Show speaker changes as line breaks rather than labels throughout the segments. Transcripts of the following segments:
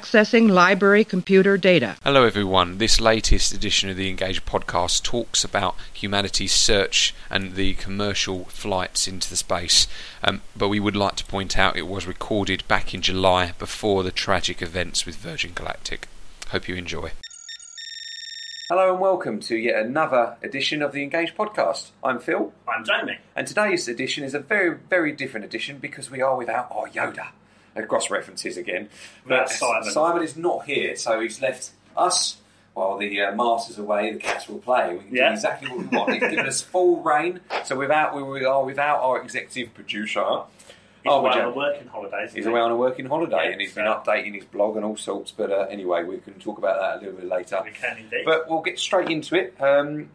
Accessing library computer data.
Hello, everyone. This latest edition of the Engage podcast talks about humanity's search and the commercial flights into the space. Um, but we would like to point out it was recorded back in July before the tragic events with Virgin Galactic. Hope you enjoy.
Hello and welcome to yet another edition of the Engage podcast. I'm Phil,
I'm Jamie.
and today's edition is a very, very different edition because we are without our Yoda. Uh, Cross references again.
Without Simon.
Simon is not here, so he's left us while the uh, master's away. The cats will play. We can
Yeah.
do exactly what we want. He's given us full reign. So without we- we are without our executive producer.
He's
Oh,
away
Jam-
on a working holidays.
He's away on a working holiday
Yeah,
and he's
so-
been updating his blog and all sorts. But uh, anyway, we can talk about that a little bit later.
We can indeed.
But we'll get straight into it. Um,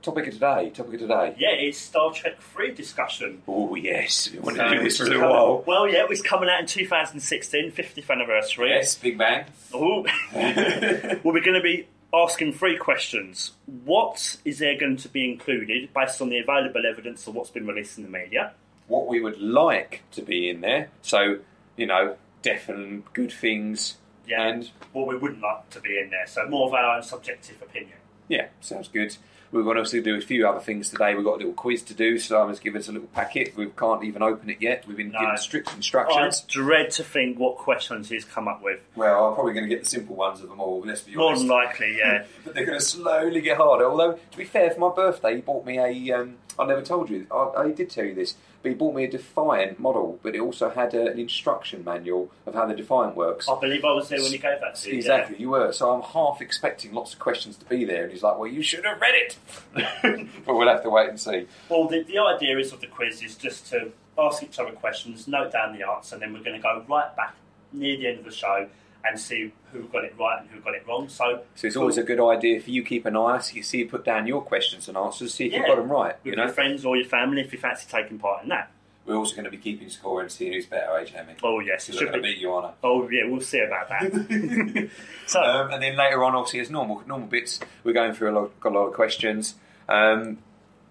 topic of today. Topic of today.
yeah, it's Star Trek 3 discussion.
Oh yes, we wanted
So
to do this for a
it's
little
coming-
while.
Well, yeah, it was coming out in 2016, 50th anniversary.
Yes, Big Bang.
Ooh. well, we're going to be asking three questions. What is there going to be included based on the available evidence of what's been released in the media?
What we would like to be in there. So you know, deaf and good things.
Yeah.
And
What we wouldn't like to be in there, so more of our own subjective opinion.
yeah, sounds good. We're going to also do a few other things today. We've got a little quiz to do. Simon's given us a little packet. We can't even open it yet. We've been
No.
given strict
I
instructions.
dread to think what questions he's come up with.
Well, I'm probably going to get the simple ones of them all. Let's be
More
honest.
than likely, yeah.
But they're going to slowly get harder. Although, to be fair, for my birthday, he bought me a. Um, I never told you. I, I did tell you this, but he bought me a Defiant model, but it also had uh an instruction manual of how the Defiant works.
I believe I was there when he gave that to you. Oh, yeah.
Exactly, you were. So I'm half expecting lots of questions to be there, and he's like, "Well, you should have read it." but we'll have to wait and see.
Well, the, the idea is of the quiz is just to ask each other questions, note down the answer, and then we're going to go right back near the end of the show and see who got it right and who got it wrong. So,
So it's always a good idea for you keep an eye. So you see, you put down your questions and answers, see if you
Yeah.
got them right.
with
You know,
your friends or your family if you fancy taking part in that.
we're also going to be keeping score and seeing who's better, eh, Jamie?
Oh yes, it
Because I'm
should
going to
be.
beat you on it.
Oh yeah, we'll see about that. so
Um, and then later on, obviously, as normal normal bits, we're going through a lot, got a lot of questions. Um,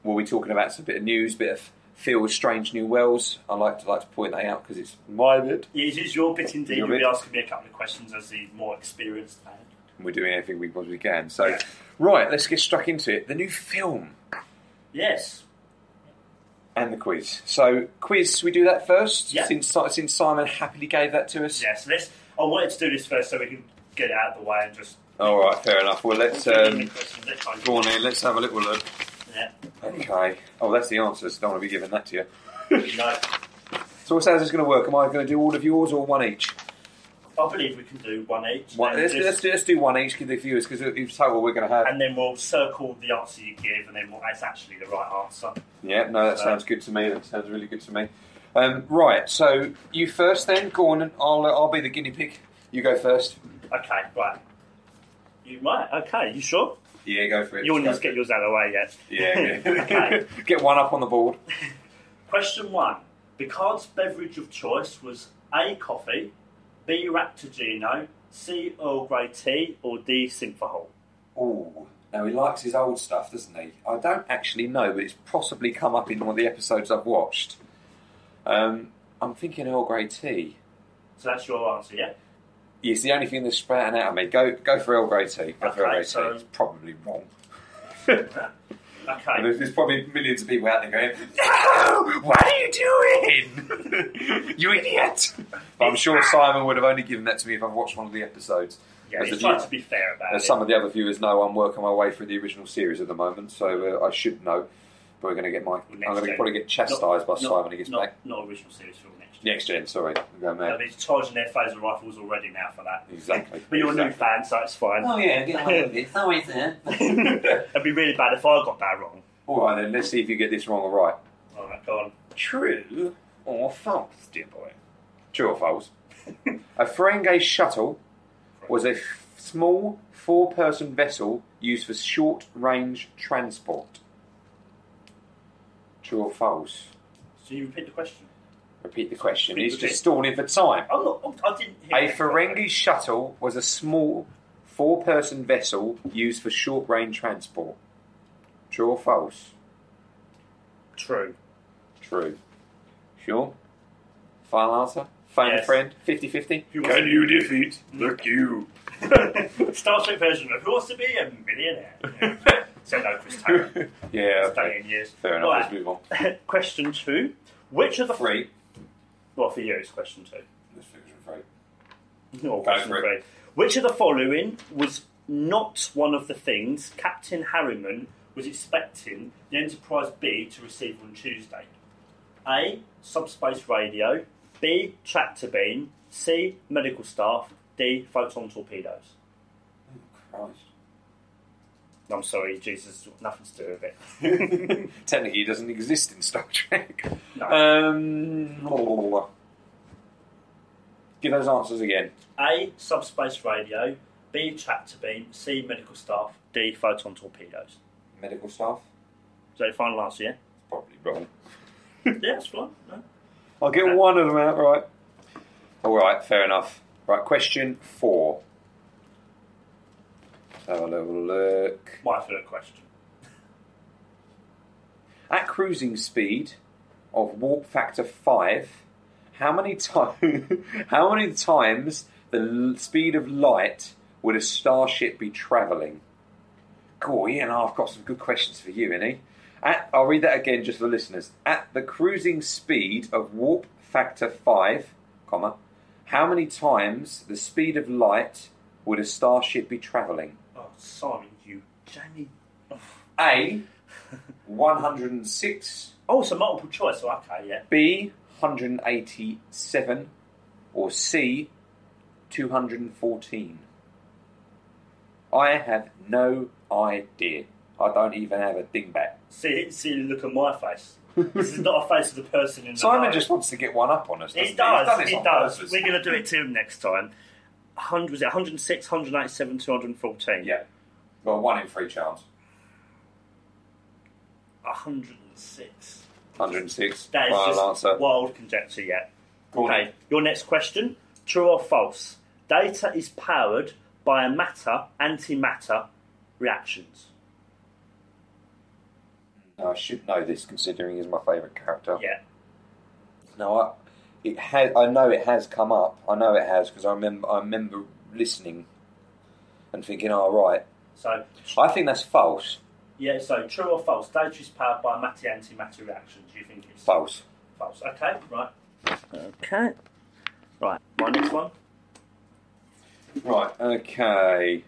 we'll be talking about some bit of news, bit of Phil's strange new wells. I like to like to point that out because it's my bit.
it is your bit indeed.
Your
You'll be
bit.
asking me a couple of questions as the more experienced fan.
And we're doing everything we possibly can. So,
Yeah.
right, let's get stuck into it. The new film
Yes,
and the quiz. So, quiz, we do that first.
Yeah.
Since Si- since Simon happily gave that to us.
yes. Let's. I wanted to do this first so we can get it out of the way and just.
All right, fair enough. Well, let's um,
Questions next time.
go on in. Let's have a little look.
Yeah.
Okay. Oh, that's the answers. Don't want to be giving that to you.
No.
So, how's this going to work? Am I going to do all of yours or one each?
I believe we can do one each.
One,
and,
let's,
just-
let's, do, let's do one each, give the viewers, because it's total we're going to have.
and then we'll circle the answer you give, and then we'll, that's actually the right answer.
yeah, no, that
So-
sounds good to me. That sounds really good to me. Um, right, so you first then, go on, and I'll, uh, I'll be the guinea pig. You go first.
Okay, right. You right? Okay, you sure?
Yeah, go for it.
You want to
Go
just
for
get yours out of the way yet?
it. Yeah,
okay.
okay. get one up on the board.
Question one: Picard's beverage of choice was A. Coffee, B. Raptogino, C. Earl Grey tea, or D. Synthahol.
Ooh, now he likes his old stuff, doesn't he? I don't actually know, but it's possibly come up in one of the episodes I've watched. Um, I'm thinking Earl Grey tea.
So that's your answer, yeah?
It's the only thing that's sprouting out of me. Go, go for Earl Grey tea. Go for Earl
Okay,
Grey
so-
tea. It's probably wrong. And
Okay.
there's, there's probably millions of people out there going, No! What are you doing? you idiot! But I'm sure Simon would have only given that to me if I've watched one of the episodes.
Yeah,
As
it's
a-
trying to be fair about
As
it.
some of the other viewers know, I'm working my way through the original series at the moment, so uh, I should know. But we're going to get my.
Next
I'm going to
gen.
probably get chastised by
Not-
Simon when he gets
not,
back.
Not original series film next.
Next gen, sorry. I'm going
They'll
mad.
be charging their phaser rifles already now for that.
Exactly.
But you're a new
Exactly. Oh,
fan, so it's fine.
yeah, get
on with
It's always there.
It'd be really bad if I got that wrong.
All right, then, let's see if you get this wrong or right.
All right, go on.
True or false, dear boy? True or false? a Ferengi shuttle was a f- small four person vessel used for short range transport. True or false?
So you repeat the question.
Repeat the question.
Repeat
It's
the
just stalling for time.
I'm not. I didn't hear.
A
that.
Ferengi shuttle was a small four person vessel used for short range transport. True or false?
True.
True. Sure? Final answer?
Phone a
Yes.
friend, 50 50.
Who wants
Can you defeat the cube?
to, Star Trek version of Who Wants to Be a Millionaire? Yeah. so no, Chris Taylor.
Yeah,
It's
okay.
done in years.
Fair enough,
Right.
let's move on.
question two. Which of the
Three.
Well, for you, it's question two.
Let's finish with three.
No,
Go
question
for it.
three. Which of the following was not one of the things Captain Harriman was expecting the Enterprise B to receive on Tuesday? A. Subspace radio. B. Tractor beam. C. Medical staff. D. Photon torpedoes.
Christ.
I'm sorry, Jesus, nothing to do with it.
Technically, it doesn't exist in Star Trek.
No.
Um, blah, blah, blah, blah. Give those answers again.
A. Subspace radio. B. Tractor beam. C. Medical staff. D. Photon torpedoes.
Medical staff?
Is that your final answer, yeah?
Probably wrong.
yeah, that's fine. No.
I'll get one of them out right. All right, fair enough. Right, question four. Let's have a little look.
My third question.
At cruising speed of warp factor five, how many times how many times the l- speed of light would a starship be travelling? Cool, Ian, I've got some good questions for you, Innie. At, I'll read that again just for listeners. At the cruising speed of warp factor five, comma, how many times the speed of light would a starship be travelling?
Oh, sorry, you Oh. Jamie.
A, one hundred and six.
Oh, so multiple choice. So okay, yeah.
B 187 or C 214? I have no idea. I don't even have a dingbat.
See, see, look at my face. This is not a face of the person in the
Simon
row.
just wants to get one up on us. doesn't
It
he? He's done
does.
this
It
on
does.
purpose.
We're going to do it to him next time. 100, was it 106, 187, 214?
Yeah. Well, one in three chance.
106.
106.
That is
Final
just
answer.
wild conjecture, yeah.
Go on.
Okay, your next question. True or false? Data is powered by matter antimatter reactions.
No, I should know this considering he's my favourite character.
Yeah.
No, I, it has. I know it has come up. I know it has because I remember. I remember listening and thinking, "All right."
So,
I think that's false.
yeah, so true or false? Data is powered by matter antimatter reactions. Do you think it's
False.
False. Okay, right. Okay. Right, my next one.
Right. Okay.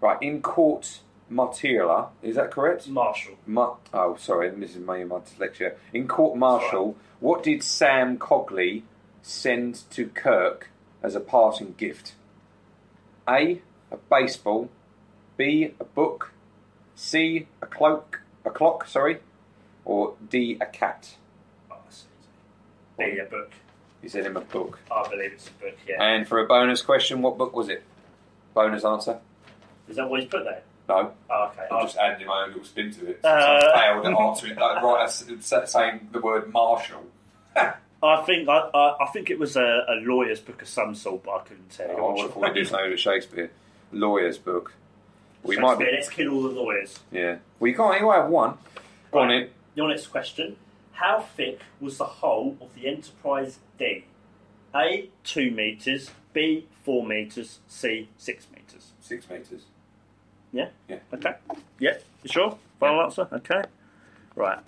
Right. In court martiala, is that correct?
Marshall.
Ma- oh, sorry, this is my, my dyslexia. In court martial, what did Sam Cogley send to Kirk as a parting gift? A. A baseball. B. A book. C. A cloak. A clock. Sorry. Or D. A cat.
Oh, that's easy. Be a book.
He sent him a book.
I believe it's a book, yeah.
And for a bonus question, what book was it? Bonus answer?
Is that what he's put there?
No.
Oh, okay.
I
Oh,
just added my own little spin to it.
Uh.
I failed at answering, like, right, s- s- saying the word martial.
I think I, I, I think it was a, a lawyer's book of some sort, but I couldn't tell you.
Oh, I would have thought we'd do something with Shakespeare. Lawyer's book. We might
Shakespeare,
be.
Let's kill all the lawyers.
Yeah. Well, you can't. You have one. Go on
Right.
in.
Your next question. How thick was the hull of the Enterprise D? A, 2 metres, B, 4 metres, C, 6 metres.
Six metres.
Yeah?
Yeah.
Okay. Yeah. You sure? Final answer? Okay. Right.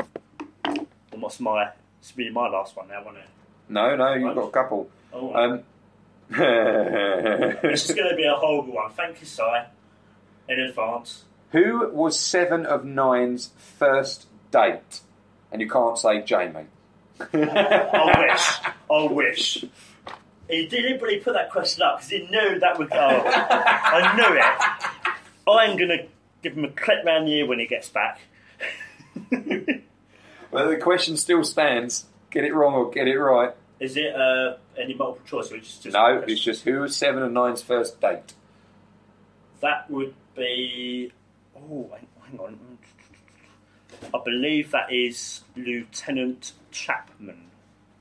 And what's my. This will be my last one now, won't it?
No, no, you've
Right.
got a couple.
Oh,
Um,
This is going to be a horrible one. Thank you, Si, in advance.
who was Seven of Nine's first date? And you can't say Jamie.
I wish. I wish. He deliberately put that question up because he knew that would go. I knew it. I'm going to give him a clip round the ear when he gets back.
Well, the question still stands. Get it wrong or get it right.
Is it uh, any multiple choice or just, just
No,
question?
it's just who was Seven of Nine's first date?
That would be. Oh, hang- hang on. I believe that is Lieutenant Chapman.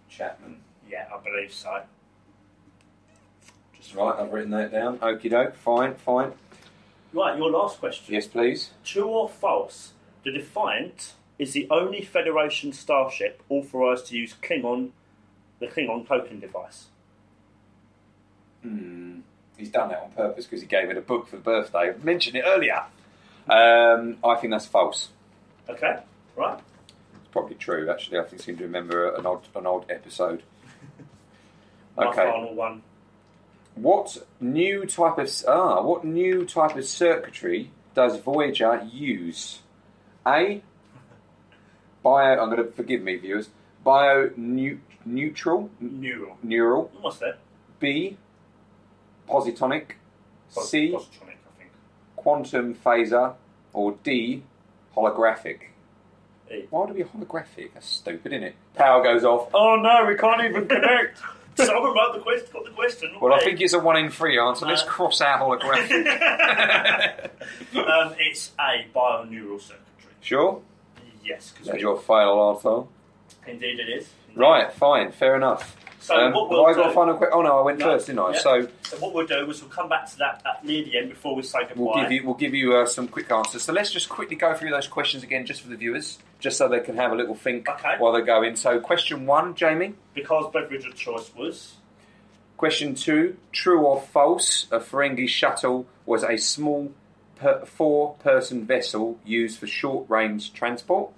Chapman.
Yeah, I believe so. Just
Right, I've written that down. Okie doke. Fine, fine.
Right, your last question.
Yes, please.
True or false? The Defiant is the only Federation starship authorised to use Klingon, the Klingon cloaking device.
Hmm. He's done that on purpose because he gave it a book for the birthday. I mentioned it earlier. Um, I think that's false.
Okay, right.
It's probably true, actually. I think I seem to remember an odd, an odd episode.
My
Okay.
final one.
What new type of ah? What new type of circuitry does Voyager use? A. Bio. I'm going to forgive me, viewers. Bio neu- neutral
Neural.
neural.
What's that?
B. Positonic.
Pos-
C.
Positronic, I think.
Quantum phaser. Or D. Holographic.
E.
Why would it be holographic? That's stupid, isn't it? Power goes off.
Oh no, we can't even connect. Someone wrote the question, got the question.
Well, I
Hey.
think it's a one in three answer. Let's
Uh,
cross out holographic.
um, it's a bioneural circuitry.
sure.
Yes, because
That's your final answer.
indeed it is.
Right, fine, fair enough.
So
um,
what
have
we'll
I got
do-
a final question. Oh no, I went
No,
first, didn't I?
yeah.
So
So what we'll do is we'll come back to that at near the end before we say goodbye.
we'll give you we'll give you uh, some quick answers. So let's just quickly go through those questions again, just for the viewers, just so they can have a little think
Okay.
while they go in. So question one, Jamie.
Because beverage of choice was
Question two: True or false? A Ferengi shuttle was a small per- four-person vessel used for short-range transport.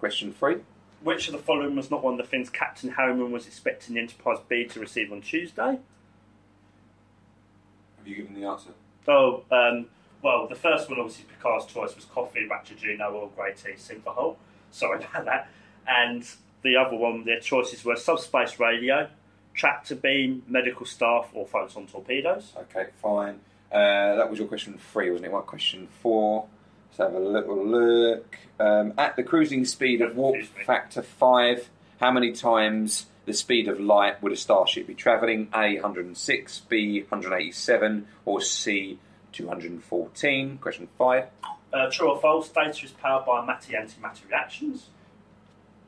Question three.
which of the following was not one of the things Captain Harriman was expecting the Enterprise B to receive on Tuesday?
Have you given the answer?
Oh, um, well, the first one obviously Picard's choice was coffee, Ratchagino, or grey tea, Simferhol. Sorry about that. And the other one, their choices were subspace radio, tractor beam, medical staff, or photon torpedoes.
Okay, fine. Uh, that was your question three, wasn't it? What question four? Let's have a little look. Um, at the cruising speed of warp
Excuse me.
factor five, how many times the speed of light would a starship be travelling? A 106, B 187, or C 214? Question five.
Uh, true or false, data is powered by matty antimatter reactions.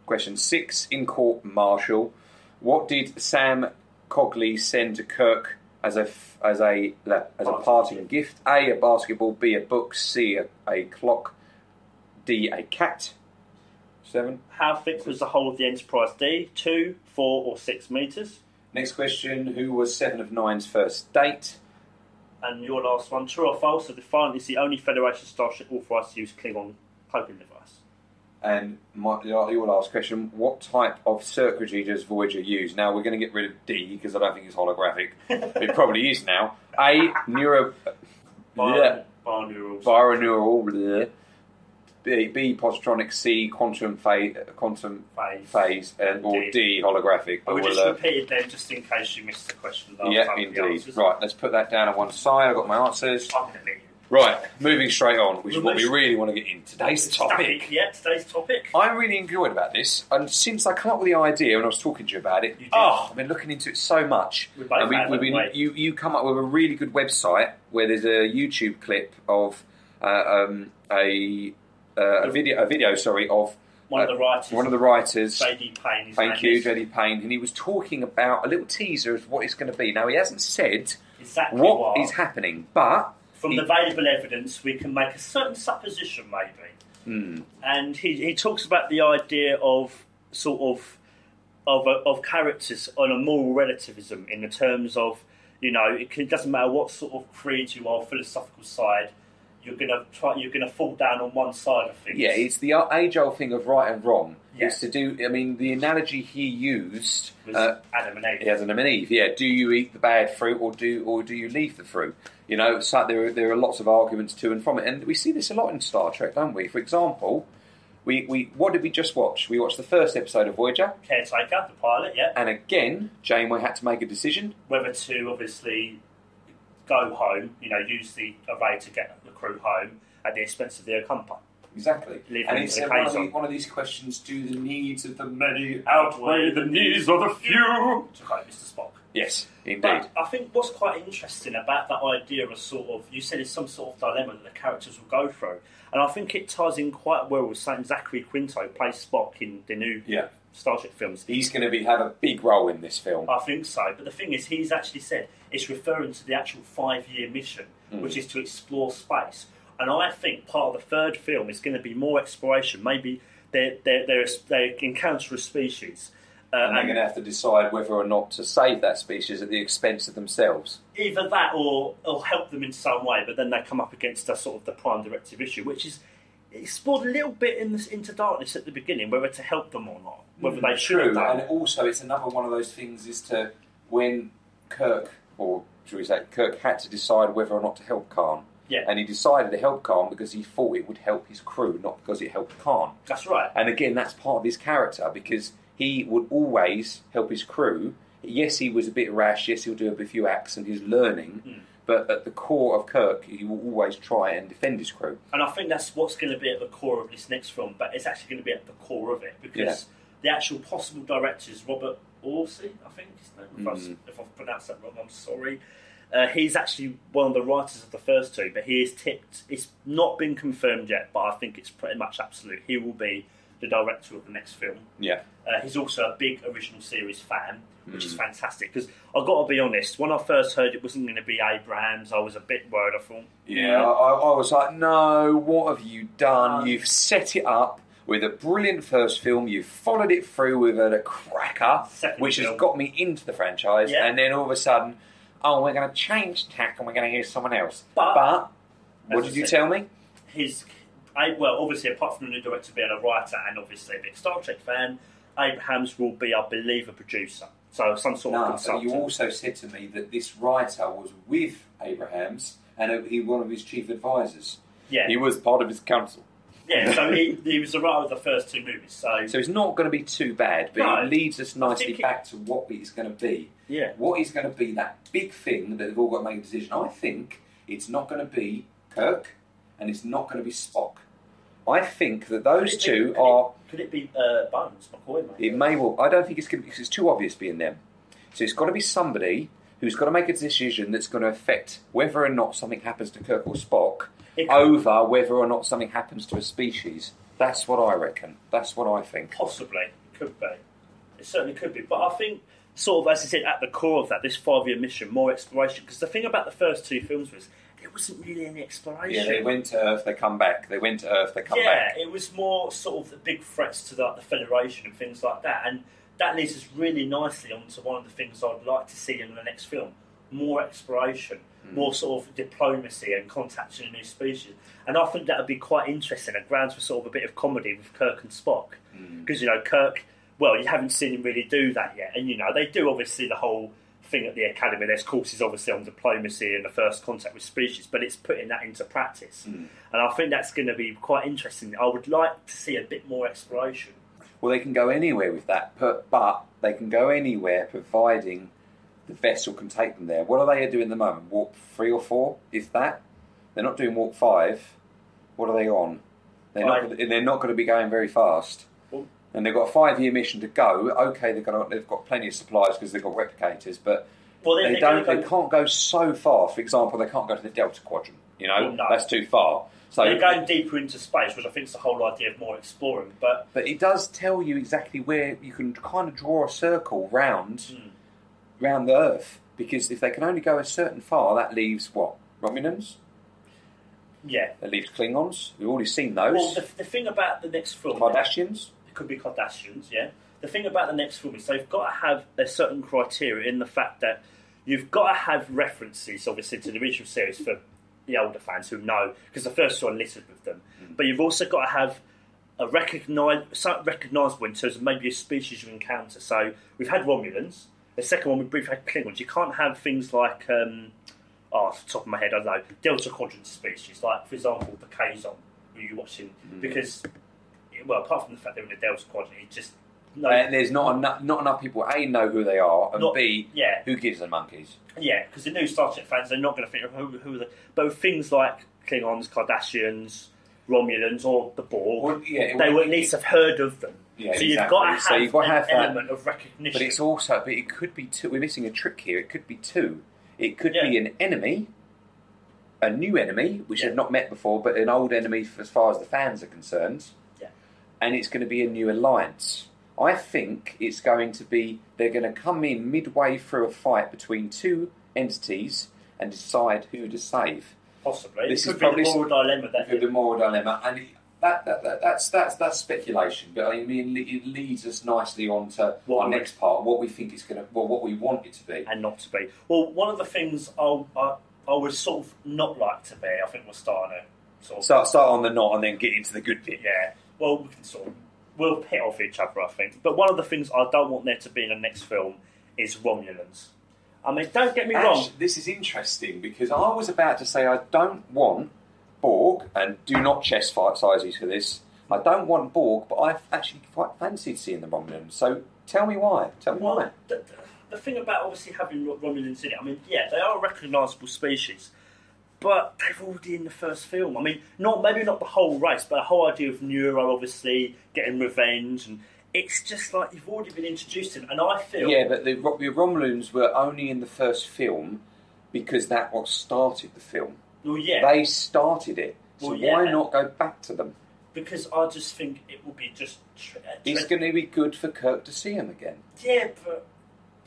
Question six in court martial. What did Sam Cogley send to Kirk as a f- as a le- as a
Basket.
parting gift? A a basketball. B a book. C a, a clock. D a cat. Seven.
How thick was the hull of the Enterprise D? Two, four, or six metres?
Next question: Who was Seven of Nine's first date?
And your last one, true or false, the Defiant is the only Federation starship authorised to use Klingon coping device.
And my, your your last question: What type of circuitry does Voyager use? Now we're going to get rid of D because I don't think it's holographic. it probably is now. A neuro.
Bio-
Yeah.
Bioneural.
Vironeural, bleh. B, B positronic, C quantum phase, quantum
Phase.
phase, and, or
D.
D, holographic.
I
But
would
we'll,
just
uh,
repeated them just in case you missed the question last
yeah,
time. with the
indeed.
answers.
Right, let's put that down on one side. I've got my answers.
I'm going to leave you.
Right, moving straight on, which is
Well,
what we
let's-
really want to get in today's topic.
Yeah, today's topic.
I'm really enjoyed about this, and since I come up with the idea when I was talking to you about it,
You did.
oh, I've been looking into it so much.
We both
And
have,
we've been,
haven't we?
you, you come up with a really good website where there's a YouTube clip of uh, um, a, uh, a video, a video, sorry, of
One of
uh,
the writers.
one of the writers.
J.D. Payne. his
Thank
name
you,
is.
Jenny Payne, and he was talking about a little teaser of what it's going to be. Now he hasn't said
Exactly
what
what
is happening, but
From
he-
the available evidence, we can make a certain supposition, maybe.
Hmm.
And he, he talks about the idea of sort of of, a, of characters on a moral relativism in the terms of, you know, it, can, doesn't matter what sort of creed you are, philosophical side, you're gonna try, you're gonna fall down on one side of things.
Yeah, it's the age-old thing of right and wrong.
Yeah.
It's to do. I mean, the analogy he used
was
uh,
Adam and Eve.
he has an Eve. Yeah, do you eat the bad fruit or do or do you leave the fruit? You know, so there are, there are lots of arguments to and from it, and we see this a lot in Star Trek, don't we? For example, we, we what did we just watch? We watched the first episode of Voyager,
caretaker, the pilot, yeah.
and again, Janeway had to make a decision.
Whether to obviously go home, you know, use the array to get the crew home at the expense of their company.
Exactly,
Leave And him it's, in the uh, one of cage the- on.
one of these questions: Do the needs of the
Many outweigh the needs of the few. To quote Mr. Spock.
Yes, indeed.
But I think what's quite interesting about that idea of sort of you said it's some sort of dilemma that the characters will go through, and I think it ties in quite well with saying Zachary Quinto plays Spock in the new
Yeah.
Star Trek films.
He's going to be have a big role in this film.
I think so. But the thing is, he's actually said it's referring to the actual five year mission, which is to explore space. And I think part of the third film is going to be more exploration. Maybe they they they they encounter a species. Uh,
And they're going to have to decide whether or not to save that species at the expense of themselves.
either that or it'll help them in some way, but then they come up against us sort of the prime directive issue, which is explored a little bit in this into darkness at the beginning, whether to help them or not, whether they should have
Mm, True,
done.
and also it's another one of those things is to when Kirk, or should we say, Kirk had to decide whether or not to help Khan.
Yeah.
And he decided to help Khan because he thought it would help his crew, not because it helped Khan.
That's right.
And again, that's part of his character because he would always help his crew. Yes, he was a bit rash. Yes, he'll do a few acts and he's learning.
Hmm.
But at the core of Kirk, he will always try and defend his crew.
And I think that's what's going to be at the core of this next film, but it's actually going to be at the core of it because the actual possible directors, Robert Orsi, I think, his name, if, I've, if I've pronounced that wrong, I'm sorry. Uh, he's actually one of the writers of the first two, but he is tipped. It's not been confirmed yet, but I think it's pretty much absolute. He will be the director of the next film.
Yeah.
Uh, he's also a big original series fan, which is fantastic. Because I've got to be honest, when I first heard it wasn't going to be Abrams, I was a bit worried. I thought,
Yeah, I, I was like, no, what have you done? You've set it up with a brilliant first film. You've followed it through with a cracker,
Second
which
film.
has got me into the franchise.
Yeah.
And then all of a sudden, oh, we're going to change tack and we're going to use someone else.
But-
but what
As
did
I
you
said-
tell me?
his I, well, obviously, apart from the new director being a writer and obviously a big Star Trek fan, Abrams will be, I believe, a producer. So some sort of
No, but
consultant.
you also said to me that this writer was with Abrahams and he was one of his chief advisors.
yeah,
He was part of his council.
yeah. So he, he was the writer of the first two movies. So,
So it's not going to be too bad, but
No.
it leads us
I
nicely
think it-
back to what it's going to be.
Yeah.
What is going to be that big thing that they've all got to make a decision? I think it's not going to be Kirk and it's not going to be Spock. I think that those
Could it be-
two
could it-
are.
Could it be uh, Bones McCoy? Maybe?
It may well. I don't think it's going to because it's too obvious being them. So it's got to be somebody who's got to make a decision that's going to affect whether or not something happens to Kirk or Spock
It-
over whether or not something happens to a species. That's what I reckon. That's what I think.
Possibly. Could be. It certainly could be. But I think, sort of, as I said, at the core of that, this five year mission, more exploration. Because the thing about the first two films was there wasn't really any exploration.
Yeah, they went to Earth, they come back. They went to Earth, they come
yeah,
back.
it was more sort of the big threats to like, the Federation and things like that. And that leads us really nicely onto one of the things I'd like to see in the next film more exploration,
Hmm.
more sort of diplomacy and contacting a new species. And I think that would be quite interesting and grounds for sort of a bit of comedy with Kirk and Spock.
Hmm.
Because, you know, Kirk, well, you haven't seen him really do that yet. And, you know, they do obviously the whole thing at the academy. There's courses obviously on diplomacy and the first contact with species, but it's putting that into practice.
Hmm.
And I think that's going to be quite interesting. I would like to see a bit more exploration.
Well, they can go anywhere with that, but, but they can go anywhere providing the vessel can take them there. What are they doing at the moment? Warp three or four? If that? They're not doing warp five. What are they on? They're not.
Five.
Gonna, they're not going to be going very fast.
Well-
And they've got a five-year mission to go. Okay, they've got they've got plenty of supplies because they've got replicators, but
Well, then
they
they're
don't.
gonna
They
go-
can't go so far. For example, they can't go to the Delta Quadrant. You know,
Well, Oh, no.
that's too far. So
They're going deeper into space, which I think is the whole idea of more exploring. But
But it does tell you exactly where you can kind of draw a circle round,
Hmm.
round the Earth. Because if they can only go a certain far, that leaves what Romulans,
yeah.
that leaves Klingons. We've already seen those.
Well, the, the thing about the next film,
Kardashians.
it could be Kardashians, yeah. The thing about the next film is they've got to have a certain criteria in the fact that you've got to have references, obviously, to the original series for the older fans who know, because the first one littered with them. But you've also got to have a recognise, something recognisable in terms of maybe a species you encounter. So we've had Romulans. The second one we briefly had Klingons. You can't have things like, um, oh, off the top of my head, I don't know, Delta Quadrant species, like, for example, the Kazon, who you're watching,
Mm.
because well, apart from the fact they're in the Delta Quadrant, it's just no.
And there's not enough, not enough people a know who they are and
Not-
b
yeah.
who gives the monkeys.
yeah, because the new Star Trek fans, they're not going to think who, who are the. But with things like Klingons, Kardashians, Romulans, or the Borg,
Well, yeah,
they
well,
will at least have heard of them.
Yeah,
so you've
exactly.
got to have
So you've gotta
an
have that.
element of recognition.
But it's also, but it could be two. We're missing a trick here. It could be two. It could be
Yeah.
an enemy, a new enemy which
Yeah.
they've not met before, but an old enemy f- as far as the fans are concerned.
Yeah.
And it's going to be a new alliance. I think it's going to be they're going to come in midway through a fight between two entities and decide who to save.
possibly
this
it could
is
be
probably
the moral dilemma that
through the moral dilemma, and it- that, that, that that's that's that's speculation, but I mean, it, it leads us nicely on to
What
our
we-
next part, what we think it's going to, well, what we want it to be.
and not to be. Well, one of the things I, I, I would sort of not like to be, I think we're starting to sort of.
Start start on the knot and then get into the good bit.
yeah, well, we can sort of. We'll pit off each other, I think. But one of the things I don't want there to be in the next film is Romulans. I mean, don't get me wrong.
Actually, this is interesting because I was about to say I don't want Borg, and do not chess fight sizes for this. I don't want Borg, but I actually quite fancied seeing the Romulans. So tell me why. Tell me why.
The, the, the thing about obviously having Ro- Romulans in it, I mean, yeah, they are a recognisable species, but they've already in the first film. I mean, not maybe not the whole race, but the whole idea of Neuro obviously getting revenge, and it's just like you've already been introduced to them. And I feel,
Yeah, but the, Ro- the Romulans were only in the first film because that what started the film.
well, yeah,
They started it. So
Well, yeah.
why not go back to them?
because I just think it will be just. Tra-
It's
tra-
going to be good for Kirk to see him again.
yeah, but.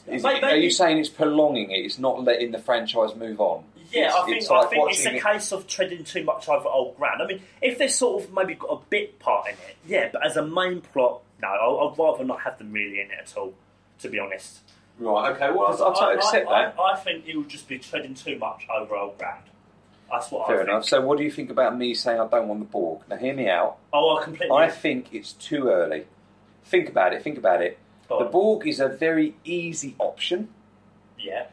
Is,
Mate,
are you
maybe-
saying it's prolonging it? It's not letting the franchise move on.
Yeah,
it's,
I think,
it's
I
like
think it's
watching
a
it-
case of treading too much over old ground. I mean, if they've sort of maybe got a bit part in it, yeah, but as a main plot, no, I- I'd rather not have them really in it at all, to be honest.
Right. Okay. Well, I'll, I'll
I-
totally accept
I,
that.
I, I think it would just be treading too much over old ground. That's what I
Fair
think.
enough. So, what do you think about me saying I don't want the Borg? Now, hear me out.
Oh, I completely.
I think it's too early. Think about it. Think about it.
Go
The
on.
Borg is a very easy option.
yeah.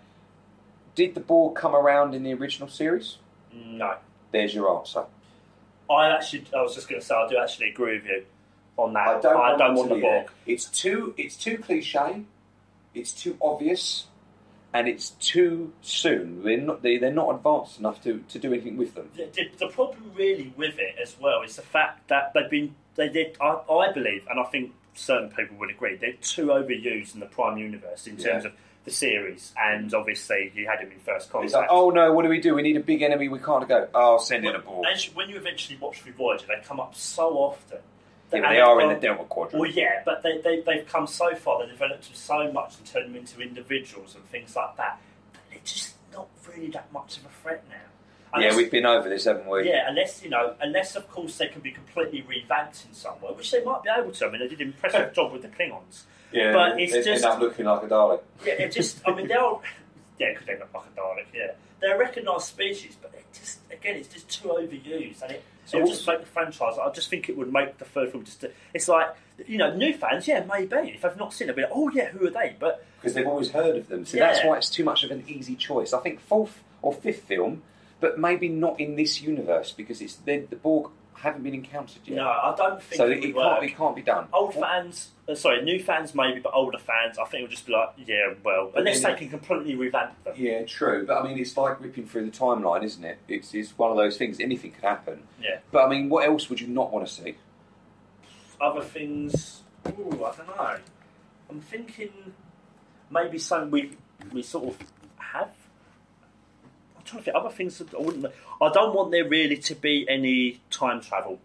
Did the Borg come around in the original series?
No.
There's your answer.
I actually, I was just going to say, I do actually agree with you on that.
I don't.
Uh, I
want,
don't
it to
want the
be there.
Borg.
It's too. It's too cliche. It's too obvious, and it's too soon. They're not. They, they're not advanced enough to, to do anything with them.
The, the, the problem really with it as well is the fact that they've been they did I, I believe and I think certain people would agree they're too overused in the Prime Universe in terms
Yeah.
of the series and obviously you had him in First Contact.
It's like, oh no, what do we do? We need a big enemy. We can't go. Oh, send in a Borg.
And when you eventually watch through Voyager, they come up so often.
Yeah, but
And
they are in
they've
the Delta Quadrant.
Well, yeah, but they, they, they've come so far, they've developed so much and turned them into individuals and things like that. But they're just not really that much of a threat now. And
yeah,
it's-
we've been over this, haven't we?
Yeah, unless you know, unless of course they can be completely revamped in some way, which they might be able to. I mean, they did an impressive job with the Klingons. but it's
they
just
end up looking like a Dalek.
yeah, it just. I mean, they're yeah, because they're not like a Dalek. Yeah, they're a recognised species, but it just again, it's just too overused, and it
So
so it'll
what-
just make the franchise. I just think it would make the third film just. it's like you know, new fans. Yeah, maybe if I've not seen it, be like, oh yeah, who are they? But
Because they've always heard of them, so
Yeah.
that's why it's too much of an easy choice. I think fourth or fifth film, but maybe not in this universe because it's they, the Borg haven't been encountered yet.
no, I don't think
so
it,
it,
would
it
work.
can't, it can't be done.
Old fans, uh, sorry, new fans maybe, but older fans, I think will just be like, yeah, well,
But
unless
then-
they can completely revamp them.
Yeah, true. But I mean, it's like ripping through the timeline, isn't it? It's, it's one of those things. Anything could happen.
Yeah.
But I mean, what else would you not want to see?
Other things, ooh, I don't know. I'm thinking maybe something we we sort of have. I'm trying to think other things that I wouldn't. I don't want there really to be any time travel.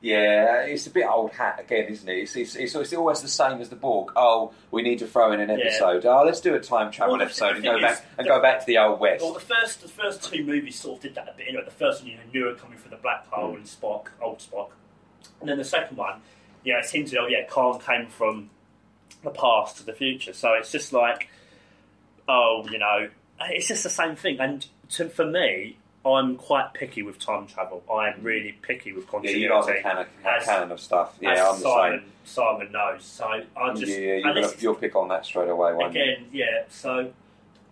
Yeah, it's a bit old hat again, isn't it? It's, it's, it's, it's always the same as the Borg. Oh, we need to throw in an
Yeah.
episode. Oh, let's do a time travel
Well, the-
episode
the
and go
thing is,
back and
the-
go back to the old west.
Well, the first the first two movies sort of did that a bit. You know, the first one you knew it coming from the black hole
Mm.
and Spock, old Spock, and then the second one, yeah, it's hinted. Oh yeah, Khan came from the past to the future. So it's just like, oh, you know, it's just the same thing. And to, for me, I'm quite picky with time travel. I am really picky with
Mm. yeah,
continuity.
you guys are canon,
as-
canon of stuff.
as
Yeah, I'm the
Simon,
same.
Simon knows. So I just
yeah, yeah, you're
unless
gonna,
it's
you'll pick on that straight away, won't you?
again, yeah. So,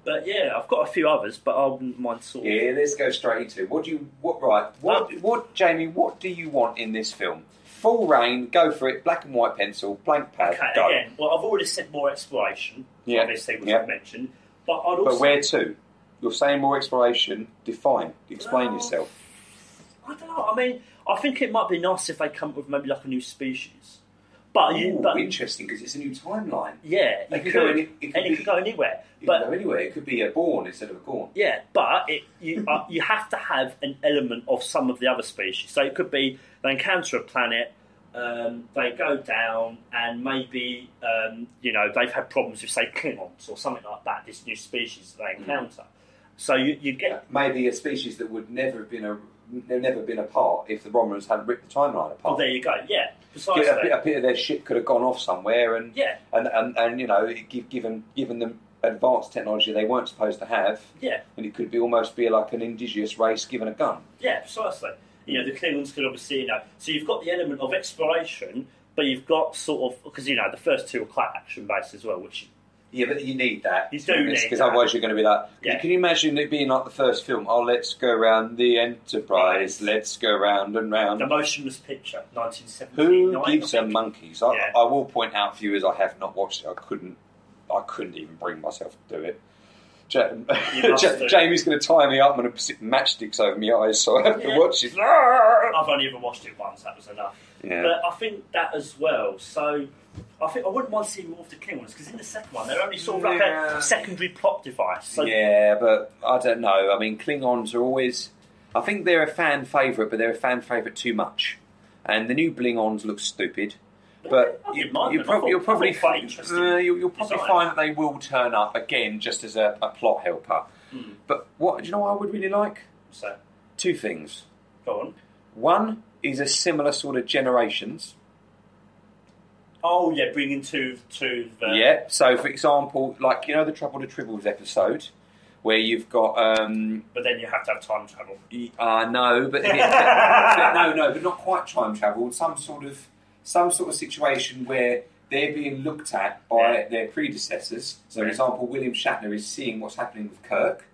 but yeah, I've got a few others, but I wouldn't mind sort of.
Yeah, let's go straight into it. What do you what right?
Oh.
What what Jamie? What do you want in this film? Full rain, go for it. Black and white pencil, blank pad,
Okay,
go.
again, well, I've already said more exploration,
Yeah,
obviously, which
yeah.
I've mentioned, but I'd also.
But where to? You're saying more exploration. Define. Explain
Well,
yourself.
I don't know. I mean, I think it might be nice if they come up with maybe like a new species, but you,
Ooh,
but
interesting because it's a new timeline.
yeah, you
It
could,
could go any- it could
and
be-
it could go anywhere.
You
But
can go anywhere. It could be a born instead of a gorn.
Yeah, but it, you uh, you have to have an element of some of the other species. So it could be they encounter a planet, um, they go down, and maybe um, you know they've had problems with say Klingons or something like that. This new species that they encounter. So you, you get
Maybe a species that would never have been a, they've never been apart if the Romulans hadn't ripped the timeline apart.
Oh, there you go. Yeah, precisely.
a, bit, a bit of their ship could have gone off somewhere, and
Yeah.
and, and, and you know, it give, given given them advanced technology they weren't supposed to have,
Yeah,
and it could be almost be like an indigenous race given a gun.
yeah, precisely. You know, the Klingons could obviously, you know, so you've got the element of exploration, but you've got sort of because you know the first two are quite action based as well, which
Yeah, but you need that.
You do need
because
that.
otherwise you're going to be like,
Yeah.
can you imagine it being like the first film? Oh, let's go around the Enterprise.
Right.
Let's go round and round.
the motionless picture, nineteen seventy
Who
nine.
gives a monkeys? I,
Yeah.
I will point out for you as I have not watched it. I couldn't. I couldn't even bring myself to do it. Ja-
You must
Ja-
do it.
Jamie's going to tie me up and stick matchsticks over my eyes, so I have
Yeah.
to watch it.
I've only ever watched it once. That was enough.
Yeah.
But I think that as well. So I think I wouldn't mind seeing more of the Klingons because in the second one they're only sort of like
Yeah.
a secondary plot device. So
yeah, but I don't know. I mean, Klingons are always. I think they're a fan favourite, but they're a fan favourite too much. And the new Blingons look stupid. But
I
you,
didn't mind
you
them. I
prob-
thought-
you'll
I
probably
thought quite interesting
uh, you'll, you'll probably
design.
find that they will turn up again just as a, a plot helper.
Hmm.
But what do you know? What I would really like
so
two things.
go on.
One is a similar sort of generations.
Oh yeah, bringing two two. The,
yeah. So, for example, like you know the Trouble to Tribbles episode, where you've got um,
But then you have to have time travel.
y- uh, no, but, but no, no, but not quite time travel. Some sort of some sort of situation where they're being looked at by
Yeah.
their predecessors. So, for
Yeah.
example, William Shatner is seeing what's happening with Kirk,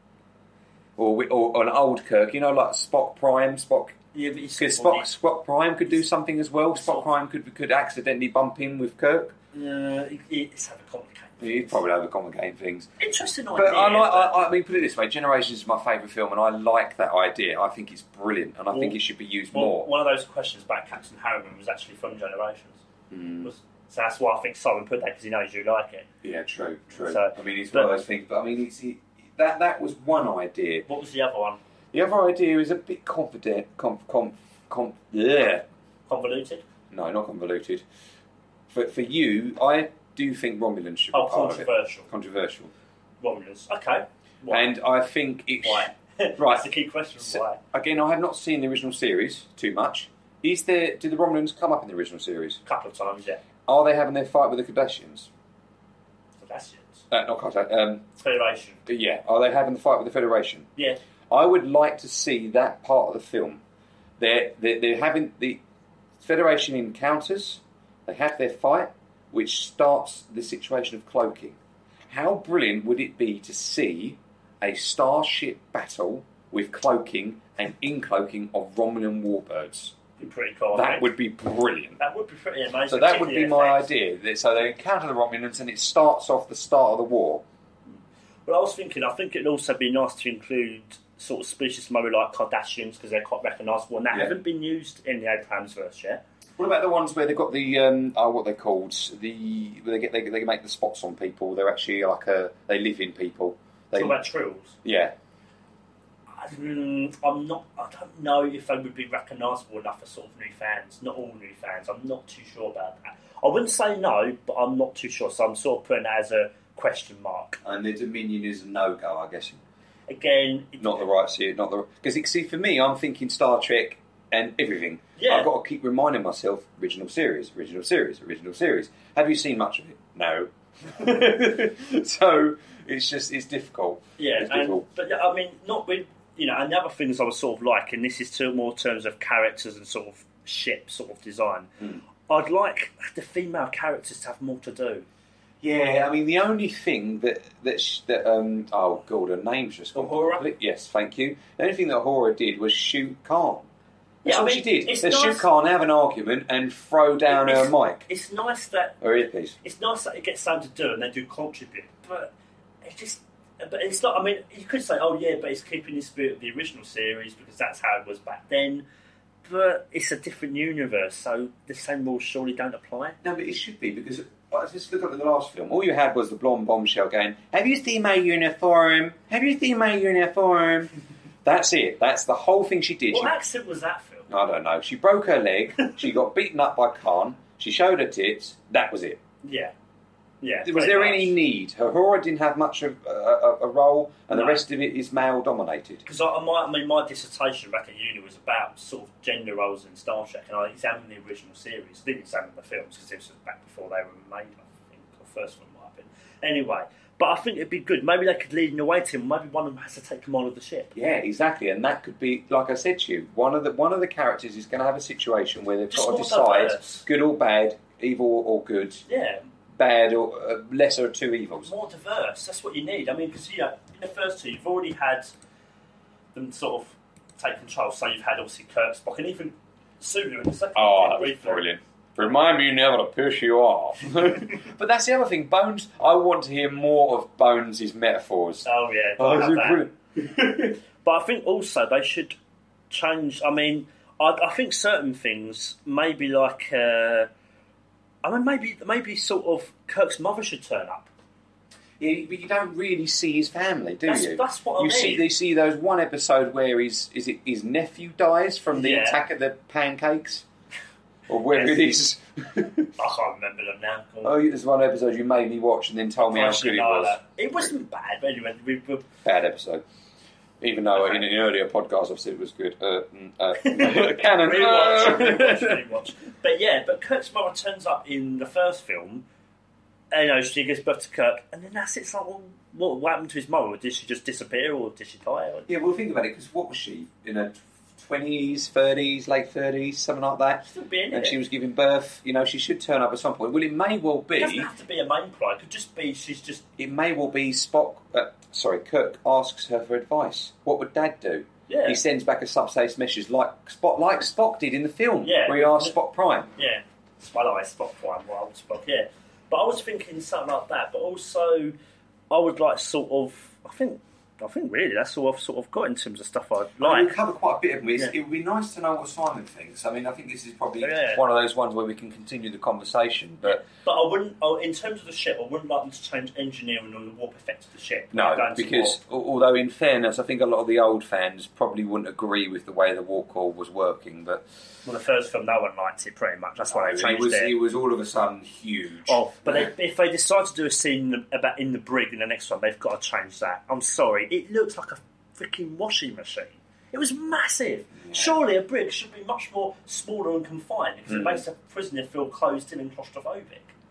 or, wi- or, or an old Kirk. You know, like Spock Prime, Spock
Yeah, but it's
Because Spock, Spock Prime could do something as well. Spock Prime could could accidentally bump in with Kirk.
Yeah, it, it's having complicated.
He's probably overcomplicating things.
Interesting idea.
But I like. I, I mean, put it this way: Generations is my favourite film, and I like that idea. I think it's brilliant, and I think it should be used
Well,
more.
One of those questions about Captain Harriman was actually from Generations.
Hmm.
Was- so that's why I think Simon put that because he knows you like it.
Yeah, true, true.
So-
I mean, it's one of those things. But I mean, it's, it, that that was one idea.
What was the other one?
The other idea is a bit confident, conf, conf, conf, yeah,
Convoluted?
no, not convoluted. For for you, I do think Romulans should be
Oh,
part of it.
controversial.
Controversial.
Romulans. Okay. Why?
And I think it. sh-
why?
Right.
that's the key question.
So-
why?
Again, I have not seen the original series too much. Is there? Do the Romulans come up in the original series?
A couple of times, yeah.
Are they having their fight with the Kardashians?
Kardashians.
Uh, not Kardashians. Um,
Federation.
yeah. Are they having the fight with the Federation?
Yeah.
I would like to see that part of the film. They're they're, they're having the Federation encounters. They have their fight, which starts the situation of cloaking. How brilliant would it be to see a starship battle with cloaking and incloaking of Romulan warbirds?
Be pretty cool. I
That
think.
would be brilliant.
that would be pretty amazing.
So that would be
particularly
my
effects.
idea. That- So they encounter the Romulans, and it starts off the start of the war.
But I was thinking, I think it'd also be nice to include sort of species maybe like Kardashians because they're quite recognisable and they
Yeah.
haven't been used in the Abrams verse yet.
What about the ones where they've got the um, oh, what they called the where they get they, they make the spots on people? They're actually like a they live in people. They
Talk about trills.
yeah
Mm, I'm not. I don't know if they would be recognisable enough for sort of new fans. Not all new fans. I'm not too sure about that. I wouldn't say no, but I'm not too sure. So I'm sort of putting it as a question mark.
and the Dominion is a no go, I guess.
Again, it-
Not the right series, not the because see for me, I'm thinking Star Trek and everything.
Yeah.
I've got to keep reminding myself original series, original series, original series. Have you seen much of it? No. so it's just it's difficult.
Yeah,
it's
and,
difficult.
but yeah, I mean, not with you know. And the other things I was sort of like, and this is to more terms of characters and sort of ship sort of design.
Hmm.
I'd like the female characters to have more to do.
Yeah, I mean the only thing that that, sh- that um oh god, her name's just gone.
Uhura?
complete- Yes, thank you. The only thing that Hora did was shoot Khan. That's
Yeah, I
what
mean,
she did.
it's
So
nice-
shoot Khan, have an argument, and throw down her
It's-
mic
It's nice that
or earpiece.
it's nice that it gets someone to do and they do contribute, but it's just. But it's not. I mean, you could say, "Oh yeah," but it's keeping the spirit of the original series because that's how it was back then. But it's a different universe, so the same rules surely don't apply.
No, but it should be because well, just look at the last film. All you had was the blonde bombshell going, "Have you seen my uniform? Have you seen my uniform?" That's it. That's the whole thing she did.
What
She
accent was that, Phil?
I don't know. She broke her leg. she got beaten up by Khan. She showed her tits. That was it.
Yeah. Yeah.
Was
pretty
there
much.
any need? Uhura didn't have much of a, a, a role, and
No.
the rest of it is male dominated.
Because I, I, might- I mean, my dissertation back at uni was about sort of gender roles in Star Trek, and I examined the original series. didn't examine the films because this was back before they were made, I think, or first one might have been. Anyway, but I think it'd be good. Maybe they could lead in the way team. Maybe one of them has to take command of the ship.
Yeah, exactly, and that could be like I said to you. One of the one of the characters is going to have a situation where they've
Just
got to
more
decide
diverse.
good or bad, evil or good,
Yeah,
bad or uh, lesser of two evils.
more diverse. That's what you need. I mean, because you know, in the first two, you've already had them sort of take control. So you've had obviously Kirk, Spock, and even Sulu in the second.
Oh, Ah,
one, briefly.
Remind me never to push you off. but that's the other thing, Bones. I want to hear more of Bones' metaphors.
Oh yeah,
Oh,
gotta
is
have
it
that. But I think also they should change. I mean, I, I think certain things, maybe like, uh, I mean, maybe maybe sort of Kirk's mother should turn up.
You, but you don't really see his family, do
That's-
you?
that's what I
you see.
mean.
They see those one episode where his is it his nephew dies from the
Yeah.
attack of the pancakes, or where
Yes.
it is.
I can't remember them now.
oh, there's one episode you made me watch and then told me how good it was.
It wasn't bad, but anyway. We, we,
Bad episode. Even though in an earlier podcast I've said it was good. Uh, mm, uh, canon.
Rewatch, rewatch,
Uh.
rewatch. But yeah, but Kirk's mother turns up in the first film. And, you know, she gives birth to Kirk, and then that's it. It's like, well, what, what happened to his mother? Did she just disappear, or did she die? Or,
yeah, well, think about it because what was she in her twenties, thirties, late thirties, something like that?
Still be in
And
it.
she was giving birth. You know, she should turn up at some point. Well, it may well be.
It doesn't have to be a main plot. It could just be she's just
It may well be Spock. Uh, sorry, Kirk asks her for advice. What would Dad do?
Yeah.
He sends back a subspace message like Spock, like Spock did in the film,
Yeah.
where he asked Spock Prime.
yeah. Well, I spot prime, well, I would spot yeah. But I was thinking something like that. But also, I would like sort of. I think. I think really that's all I've sort of got in terms of stuff I'd
I mean,
like.
we cover quite a bit of this.
Yeah.
It would be nice to know what Simon thinks. I mean, I think this is probably
Yeah.
one of those ones where we can continue the conversation. But
But I wouldn't. Oh, in terms of the ship, I wouldn't like them to change engineering or the warp effect of the ship.
no,
Going to
because
warp.
al- although in fairness, I think a lot of the old fans probably wouldn't agree with the way the warp core was working. But
well, the first film no one liked it pretty much. That's why they
it
changed
was
it.
it was all of a sudden huge.
Oh, but they, if they decide to do a scene in the- about in the brig in the next one, they've got to change that. I'm sorry, it looks like a freaking washing machine. It was massive. Surely a brig should be much more smaller and confined because
Hmm.
it makes a prisoner feel closed in and claustrophobic.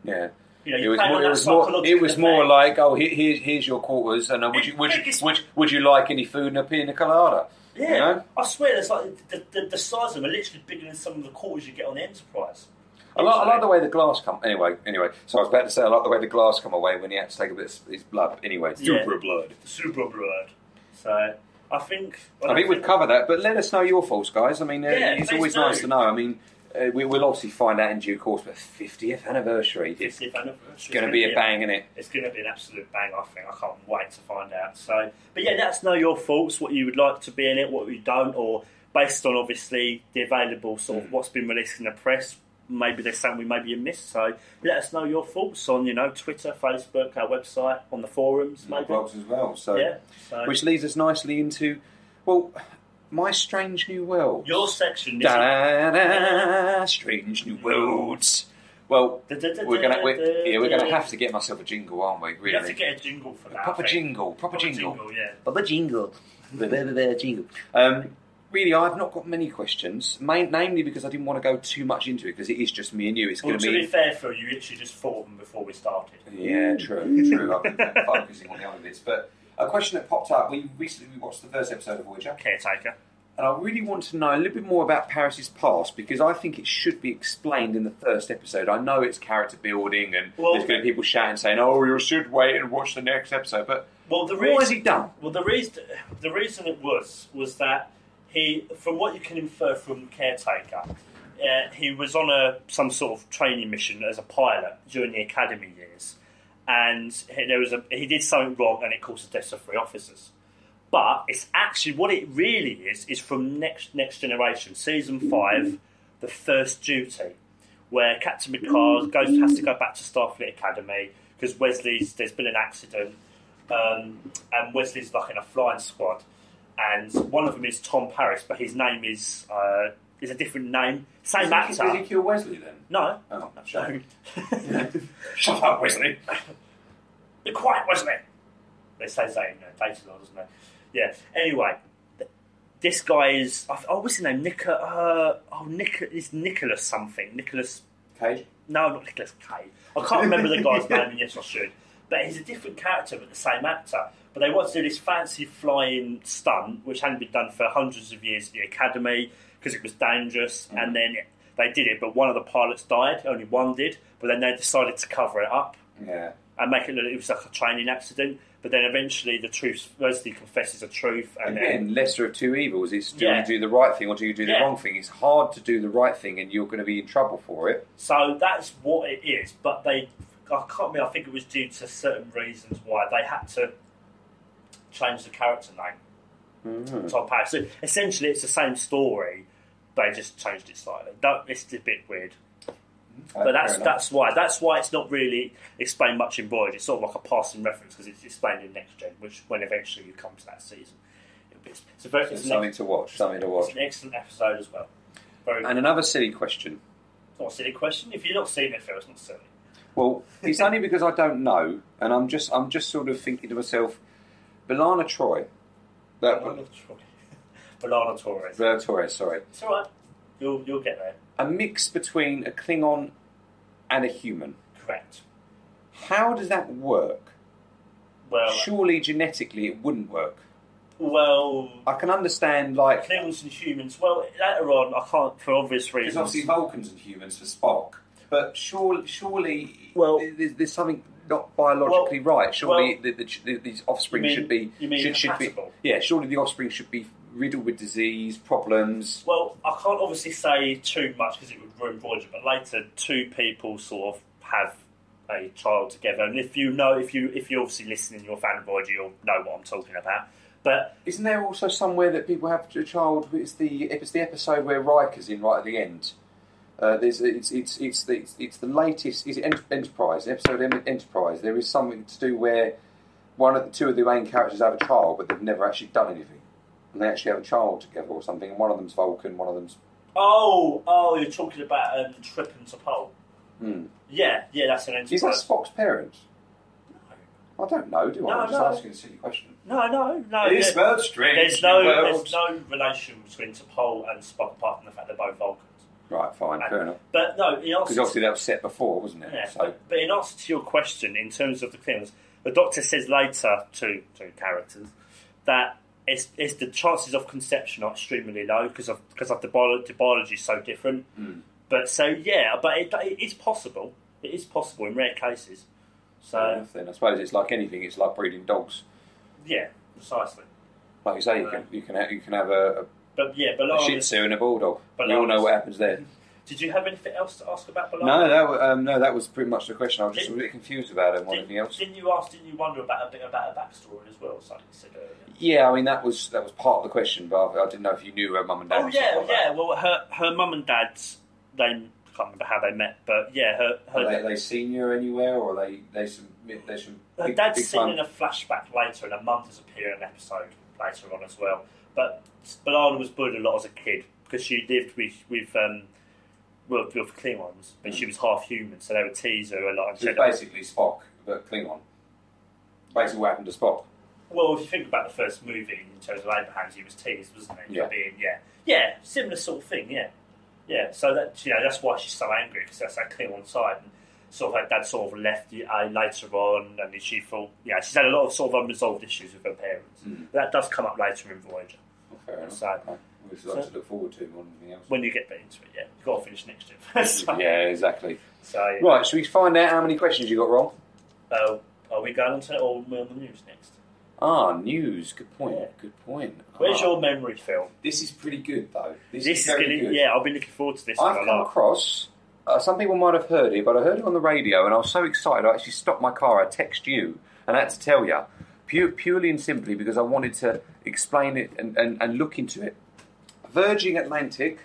yeah.
You know,
It
you
was
play
more.
on
It
that
was more, it
psychological
was more
effect.
like, oh, here, here's, here's your quarters, and uh, would you would you,
Biggest-
would, would you like any food and a pina colada?
yeah.
You know?
I swear, there's like the, the, the size of them are literally bigger than some of the quarters you get on the Enterprise.
I like, I like the way the glass come. Anyway, anyway. So I was about to say, I like the way the glass come away when he had to take a bit of his blood. Anyway,
Yeah.
Super blood.
super broad. So I think
I think we've covered that, but let us know your thoughts, guys. I mean, uh,
Yeah,
it's
please
always
do.
nice to know. I mean, uh, we, we'll obviously find out in due course, but 50th anniversary. It's
50th anniversary. It's
going to be a bang, is it?
It's going to be an absolute bang, I think. I can't wait to find out. So, but yeah, let us know your thoughts, what you would like to be in it, what you don't, or based on obviously the available sort
Mm.
of what's been released in the press. Maybe there's something we maybe you missed. So let us know your thoughts on you know Twitter, Facebook, our website, on the forums, maybe.
Blogs as well. So,
yeah. So
uh, which leads us nicely into, well, my strange new world.
your section. This
Da-da-da, strange new worlds. Well, we're gonna we're, yeah, we're gonna have to get myself a jingle, aren't we? Really,
You have to get a jingle for that. I
proper
think.
jingle, proper,
Proper
jingle,
jingle, yeah.
proper jingle, proper jingle. Um, really, I've not got many questions, main, namely because I didn't want to go too much into it because it is just me and you. It's
Well,
going
to be
be.
fair, Phil, you literally just thought them before we started.
Yeah, true, true. I've been focusing on the other bits, but a question that popped up. We recently we watched the first episode of Voyager.
Caretaker.
And I really want to know a little bit more about Paris's past because I think it should be explained in the first episode. I know it's character building and
Well-
there's going to be people shouting saying, "Oh, you should wait and watch the next episode." But
Well, the
what has
reason
he done?
well the reason the reason it was was that he, from what you can infer from Caretaker, uh, he was on a some sort of training mission as a pilot during the academy years, and he, there was a he did something wrong and it caused the deaths of three officers. But it's actually what it really is is from next next generation season five, the first duty, where Captain Picard goes has to go back to Starfleet Academy because Wesley's there's been an accident, um, and Wesley's like in a flying squad, and one of them is Tom Paris, but his name is uh, is a different name. Same
Did he- Did he
actor.
kill Wesley then?
No.
Oh, shut
No.
Shut up, Wesley.
Be quiet, Wesley. They say that in uh, Data Law, doesn't they? Yeah. Anyway, th- this guy is. I, oh, what's his name? Nick. Uh, oh, Nick. It's Nicholas something. Nicholas.
Cage.
No, not Nicholas Cage. I can't remember the guy's name, and yes, I should. But he's a different character, but the same actor. But they want to do this fancy flying stunt, which hadn't been done for hundreds of years at the academy because it was dangerous. And then it, they did it, but one of the pilots died. Only one did. But then they decided to cover it up
Yeah.
and make it look like it was like a training accident. But then eventually the truth, Wesley confesses the truth, and then
Again, lesser of two evils is do
Yeah.
you do the right thing or do you do the
Yeah.
wrong thing? It's hard to do the right thing and you're going to be in trouble for it.
so that's what it is. But they, I can't remember. I think it was due to certain reasons why they had to change the character name. to Tom Paris. So essentially, it's the same story, they just changed it slightly. That it's a bit weird. But that's that's why that's why it's not really explained much in Voyage. It's sort of like a passing reference because it's explained in Next Gen, which when eventually you come to that season, it'll be- it's a very it's an
something to watch. Something to watch.
It's an excellent episode as well. Very
And another silly question.
it's not a silly question. If you've not seen it, Phil, it's not silly.
Well, it's only because I don't know, and I'm just I'm just sort of thinking to myself, Belana Troy, that
Banana Torres. Banana Torres.
Belana Torres, sorry,
It's all right. You'll you'll get there.
a mix between a Klingon and a human.
Correct.
How does that work?
Well,
Surely genetically it wouldn't work.
well,
I can understand like
Klingons and humans. Well, later on, I can't for obvious
There's
reasons.
obviously Vulcans and humans for Spock, but surely, surely
Well-
there's, there's something not biologically
Well-
right. Surely
well-
the, the, ch- the, these offspring
You mean-
should be
you mean
should, should be
compatible?
yeah. Surely the offspring should be riddled with disease problems.
Well, I can't obviously say too much because it would ruin Voyager, but later two people sort of have a child together, and if you know, if you if you obviously listen and you're a fan of Voyager, you'll know what I'm talking about. But
Isn't there also somewhere that people have a child? It's the it's the episode where Riker's in right at the end. Uh, there's it's it's it's the it's, it's the latest. Is it Enter- Enterprise? The episode Em- Enterprise. There is something to do where one of the two of the main characters have a child, but they've never actually done anything, and they actually have a child together or something. And one of them's Vulcan, one of them's
oh, oh, you're talking about um, Trip and T'Pol.
Hmm.
Yeah, yeah, that's an
is that
enterprise.
Spock's parent? I don't know. Do I?
No,
I'm just
no.
asking a silly question.
No, no, no. yeah.
very strange.
There's no, there's no relation between T'Pol and Spock apart from the fact they're both Vulcans.
Right, fine,
And-
Ah, fair enough.
But no, in answer,
Because
to-
obviously that was set before, wasn't it?
yeah,
So
but, but in answer to your question, in terms of the Klingons, the Doctor says later to to characters that it's, it's the chances of conception are extremely low because of because of the, bio, the biology is so different.
Hmm.
But so yeah, but it, it is possible. It is possible in rare cases. So
fair enough then I suppose it's like anything. It's like breeding dogs.
yeah, precisely.
Like you say, you can you can have, you can have a,
But yeah,
a,
Balaris,
Shih Tzu and a bulldog.
But
we all know
Lana's-
what happens there.
Did you have anything else to ask about Balaris?
No, that wa- um, no, that was pretty much the question. I was just a
Did-
bit confused about it. and
Did,
Anything else?
didn't you ask? Didn't you wonder about a bit about a backstory as well? Something you said earlier.
Yeah, I mean that was that was part of the question, but I, I didn't know if you knew her mum and dad.
Oh
and stuff
yeah,
like that.
yeah. Well, her her mum and dad's they I can't remember how they met, but yeah, her her,
Are they, are they senior anywhere, or are they they some they some
her
big,
dad's
big
seen
time-
in a flashback later, and her mum does appear in an episode later on as well. But Balana was bullied a lot as a kid because she lived with with um with, with Klingons, but
Hmm.
she was half human, so they would tease her a lot. And
So
said,
it's basically Spock, but Klingon. Basically, what happened to Spock?
well, if you think about the first movie in terms of Abrahams, he was teased, wasn't he? for
Yeah.
Being, yeah, yeah, similar sort of thing. Yeah, yeah. So that you know that's why she's so angry because that's that clear one side. And sort of her dad sort of left the, uh, later on, and she thought, yeah, she's had a lot of sort of unresolved issues with her parents.
Hmm.
That does come up later in Voyager
Fair enough.
So-
Okay. We've got
so-
to look forward to more than anything else.
when you get back into it. Yeah, you've got to finish next year. first. so,
yeah, exactly.
so, yeah.
Right, should we find out how many questions you got wrong?
Uh, are we going on to it or we're on the news next?
Ah, news. Good point.
Yeah.
Good point.
Where's
Ah.
your memory, Phil?
This is pretty good though. This, is
This is
very
going
good.
to, yeah, I've been looking forward to this
I've
one a
come
lot.
across. Uh, some people might have heard it, but I heard it on the radio, and I was so excited. I actually stopped my car. I text you, and I had to tell you, pu- purely and simply because I wanted to explain it and, and, and look into it. Virgin Atlantic.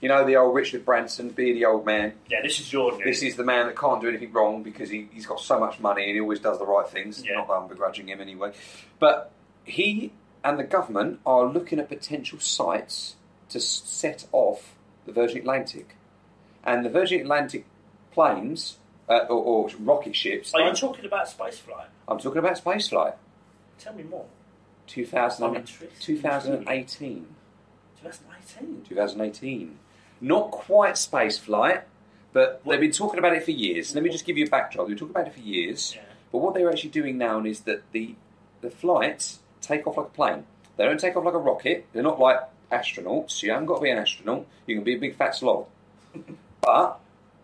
You know the old Richard Branson, beardy old man.
Yeah, this is your news.
This is the man that can't do anything wrong because he, he's got so much money and he always does the right things.
Yeah.
Not that I'm begrudging him anyway. But he and the government are looking at potential sites to s- set off the Virgin Atlantic. And the Virgin Atlantic planes, uh, or, or rocket ships,
Are
I'm,
you talking about spaceflight?
I'm talking about spaceflight.
Tell me more.
2000,
I'm interested.
2018.
2018.
2018. Not quite spaceflight, but
What-
they've been talking about it for years. Let me just give you a backdrop. They've been talking about it for years.
Yeah.
But what they're actually doing now is that the the flights take off like a plane. They don't take off like a rocket. They're not like astronauts. You haven't got to be an astronaut. You can be a big fat slob. but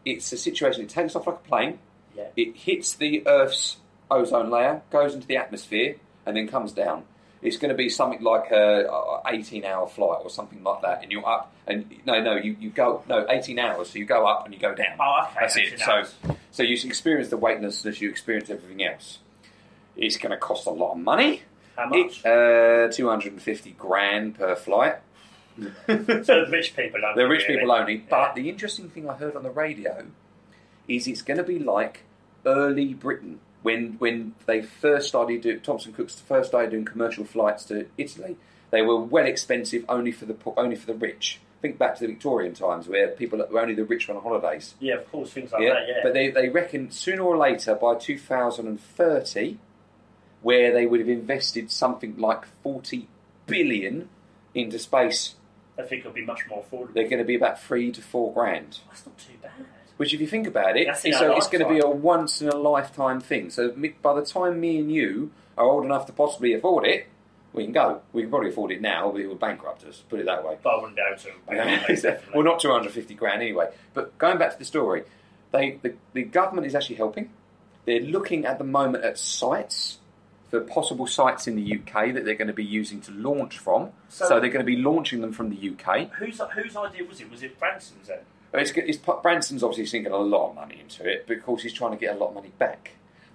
it's a situation. It takes off like a plane.
Yeah.
It hits the Earth's ozone layer, goes into the atmosphere, and then comes down. It's going to be something like a a 18-hour flight or something like that, and you're up. And no, no, you, you go no 18 hours, so you go up and you go down.
Oh, okay.
That's it.
18
So,
hours.
so you experience the weightlessness, you experience everything else. It's going to cost a lot of money.
How much?
It- uh, 250 grand per flight.
so the rich people only.
They're uh, rich
really.
people only. But
Yeah.
the interesting thing I heard on the radio is it's going to be like early Britain when when they first started doing Thompson Cooks first started doing commercial flights to Italy. They were well expensive only for the po- only for the rich. Think back to the Victorian times where people were only the rich were on holidays.
Yeah, of course, things like
Yeah,
that. Yeah.
But they, they reckon sooner or later, by 2030, where they would have invested something like 40 billion into space,
I think it'll be much more affordable.
they're going to be about three to four grand.
That's not too bad.
Which, if you think about it,
That's in
it's,
our
a- it's going to be a
lifetime.
once in a lifetime thing. So me- by the time me and you are old enough to possibly afford it, we can go. We can probably afford it now, but it would bankrupt us. Put it that way.
But I wouldn't be able to.
well, not 250 grand anyway. But going back to the story, they, the, the government is actually helping. They're looking at the moment at sites, for possible sites in the UK that they're going to be using to launch from. So,
So-
they're going to be launching them from the UK.
Whose, whose idea was it? Was it Branson's then?
Well, It's, it's, Branson's obviously sinking a lot of money into it, but of course he's trying to get a lot of money back.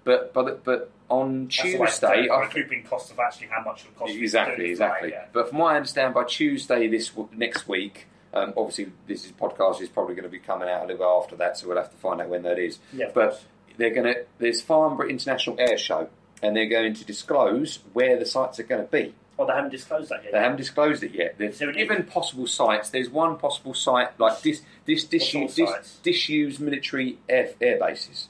But but but on
That's the way to do
Tuesday,
it,
I
by
think-
keeping cost of actually how much it costs.
exactly exactly. But from what I understand, by Tuesday this w- next week, um, obviously this is podcast is probably going to be coming out a little bit after that, so we'll have to find out when that is.
Yeah, of
but
course.
they're going to there's Farnborough International Air Show, and they're going to disclose where the sites are going to be.
Well, Oh, they haven't disclosed that yet.
They haven't disclosed it yet. They've
Is there an-
given possible sites. There's one possible site, like dis, dis, disused,
sort
dis,
of sites?
disused military air, air bases.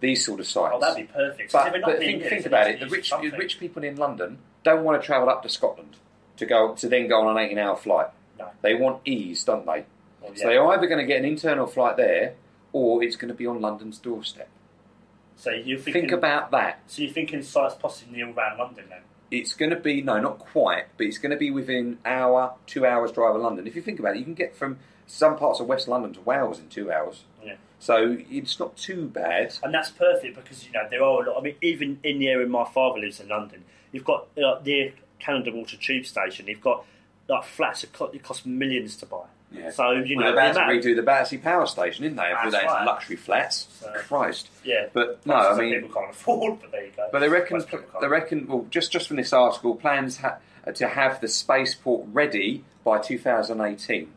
These sort of sites.
Oh, that'd be perfect.
but
If we're not
but
being
think,
used,
think
it
about
needs
it.
to
The
use
rich,
something.
rich people in London don't want to travel up to Scotland to go to then go on an 18-hour flight.
No.
They want ease, don't they?
Well,
So
yeah.
they're either going to get an internal flight there, or it's going to be on London's doorstep.
So you're thinking,
Think about that.
So you're thinking sites possibly near around London then?
it's going to be no, not quite, but it's going to be within hour, two hours drive of London. If you think about it, you can get from some parts of West London to Wales in two hours,
Yeah.
so it's not too bad.
And that's perfect because you know there are a lot. I mean, even in the area my father lives in London, you've got uh, near Canada Water Tube Station. You've got like flats that co- it costs millions to buy. So you
well,
know,
they're about
the
to
amount-
redo the Battersea Power Station, didn't they? After that,
That's
it's
right.
luxry flats.
So-
Christ.
yeah,
But no,
places
I
that
mean,
people can't afford. But there you go.
but they reckon,
Most people can't.
they reckon. Well, just just from this article, plans ha- to have the spaceport ready by 2018.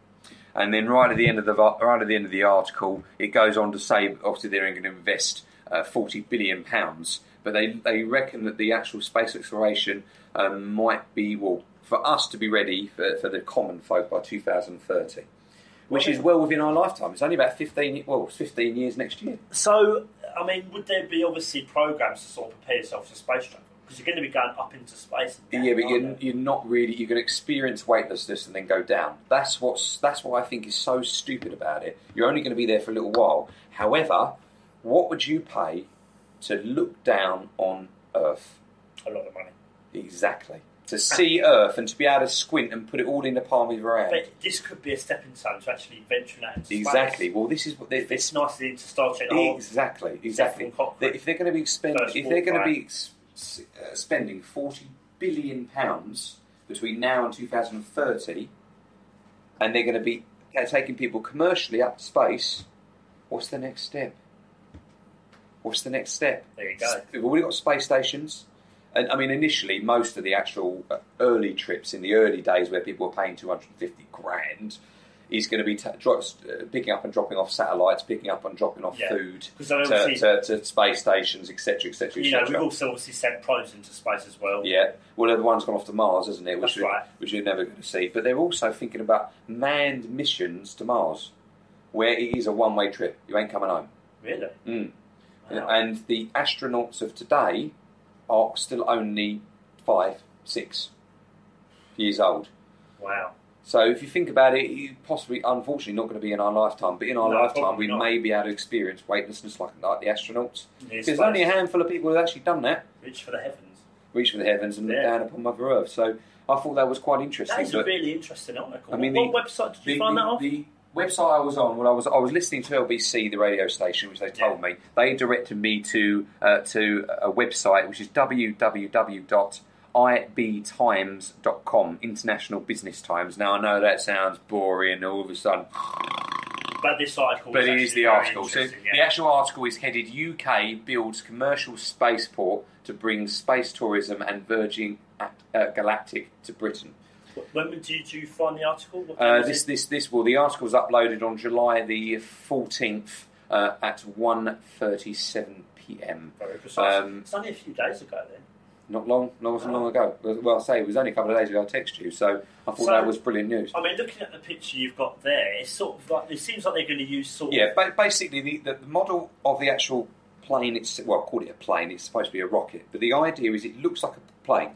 And then right at the end of the va- right at the end of the article, it goes on to say obviously they're going to invest uh, 40 billion pounds, but they they reckon that the actual space exploration um, might be well for us to be ready for, for the common folk by 2030, which is well within our lifetime. It's only about 15 well 15 years next year.
So I mean, would there be obviously programs to sort of prepare yourself for space travel because you're going to be going up into space? and
yeah,
down,
but
aren't
you're,
you?
you're not really. You're going to experience weightlessness and then go down. That's what's. That's what I think is so stupid about it. You're only going to be there for a little while. However, what would you pay to look down on Earth
a lot of money.
exactly? To see Earth and to be able to squint and put it all in the palm of your hand.
But this could be a stepping stone to actually venturing out into space.
Exactly. Well, this is what they, this
It's nicely into Star Trek. Oh,
Exactly, exactly.
from Cochrane.
If they're going to be expend-
First
if they're going to
warfare.
be ex- s- uh, spending forty billion pounds between now and two thousand and thirty, and they're going to be uh, taking people commercially up to space, what's the next step? What's the next step?
There you go.
S- We've already got space stations. And I mean, initially, most of the actual uh, early trips in the early days where people were paying 250 grand, is going to be ta drops, uh, picking up and dropping off satellites, picking up and dropping off
Yeah.
food
'Cause
to,
then obviously-
to, to space stations, etc., etc.,
You know, we've
etc.
also obviously sent probes into space as well.
Yeah, well, the one's gone off to Mars, isn't it? Which
That's
we-
right.
Which you're never going to see. But they're also thinking about manned missions to Mars, where it is a one-way trip. You ain't coming home.
Really?
Mm.
Wow.
And the astronauts of today are still only five, six years old.
wow.
So if you think about it, you possibly, unfortunately, not going to be in our lifetime. But in our
No,
lifetime, we
probably not.
may be able to experience weightlessness like, like the astronauts.
Near
There's
space.
only a handful of people who've actually done that,
Reach for the heavens.
reach for the heavens and look
Yeah.
down upon Mother Earth. So I thought that was quite interesting.
That is a
but
really interesting article.
I mean,
what,
the-
what website did you
the,
find
the-
that off?
the website I was on, well, I was I was listening to LBC, the radio station, which they told me they directed me to uh, to a website which is www.ibtimes.com, International Business Times. Now I know that sounds boring. All of a sudden,
but this article
But
was
it is
Oh, actually
the
very
article. So
interesting,
the
yeah.
actual article is headed UK builds commercial spaceport to bring space tourism and Virgin Act- uh, Galactic to Britain.
When did you find the article? What
Uh,
was
this,
it?
this, this. Well, the article was uploaded on July the fourteenth uh, at 1.37 p.m.
Very precise.
um,
it's only a few days ago then.
Not long, not wasn't long ago. Well, I say it was only a couple of days ago. I texted you, so I thought
So-
that was brilliant news.
I mean, looking at the picture you've got there, it's sort of like it seems like they're going to use sort
Yeah,
of
ba- basically the, the the model of the actual plane. It's well, I call it a plane. It's supposed to be a rocket, but the idea is it looks like a plane,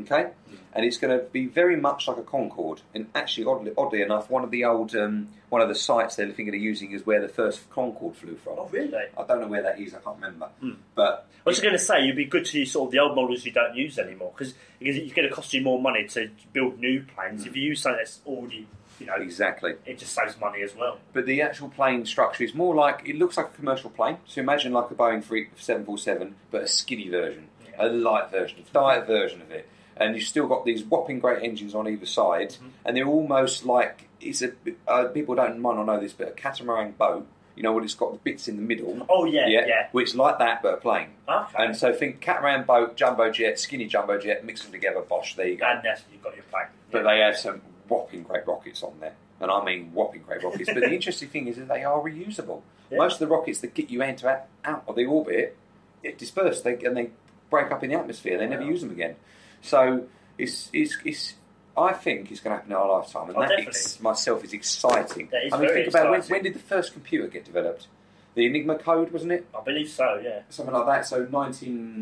okay?
Mm.
And it's going to be very much like a Concorde. And actually, oddly, oddly enough, one of the old um, one of the sites they're thinking of using is where the first Concorde flew from.
Oh, really? Hmm. I
I don't know where that is. I can't remember. But
was just going to say, you'd be good to use sort of the old models you don't use anymore because it's going to cost you more money to build new
Mm.
planes. If you use something that's already, you know,
exactly.
it just saves money as well.
But the actual plane structure is more like it looks like a commercial plane. So imagine like a Boeing 3 747, but a skinny version, a light version, a diet version of it. And you've still got these whopping great engines on either side,
Mm-hmm.
and they're almost like it's a. Uh, people don't might not know this, but a catamaran boat. You know what? It's got the bits in the middle.
Oh, yeah, yeah.
Which is like that, but a plane.
Okay.
And so think catamaran boat, jumbo jet, skinny jumbo jet, mix them together. Bosh, there you go.
And that's you've got your plane.
But they have some whopping great rockets on there. And I mean whopping great rockets. but the interesting thing is that they are reusable.
Yeah.
Most of the rockets that get you out, out, out of the orbit, it disperse they, and they break up in the atmosphere. They never
Wow.
use them again. So it's, it's, it's, I think it's going to happen in our lifetime. And
Oh,
that
definitely.
ex- myself is exciting.
That is
I mean,
very
think about when,
exciting.
when did the first computer get developed? The Enigma code, wasn't it?
I believe so. Yeah,
Something like that. So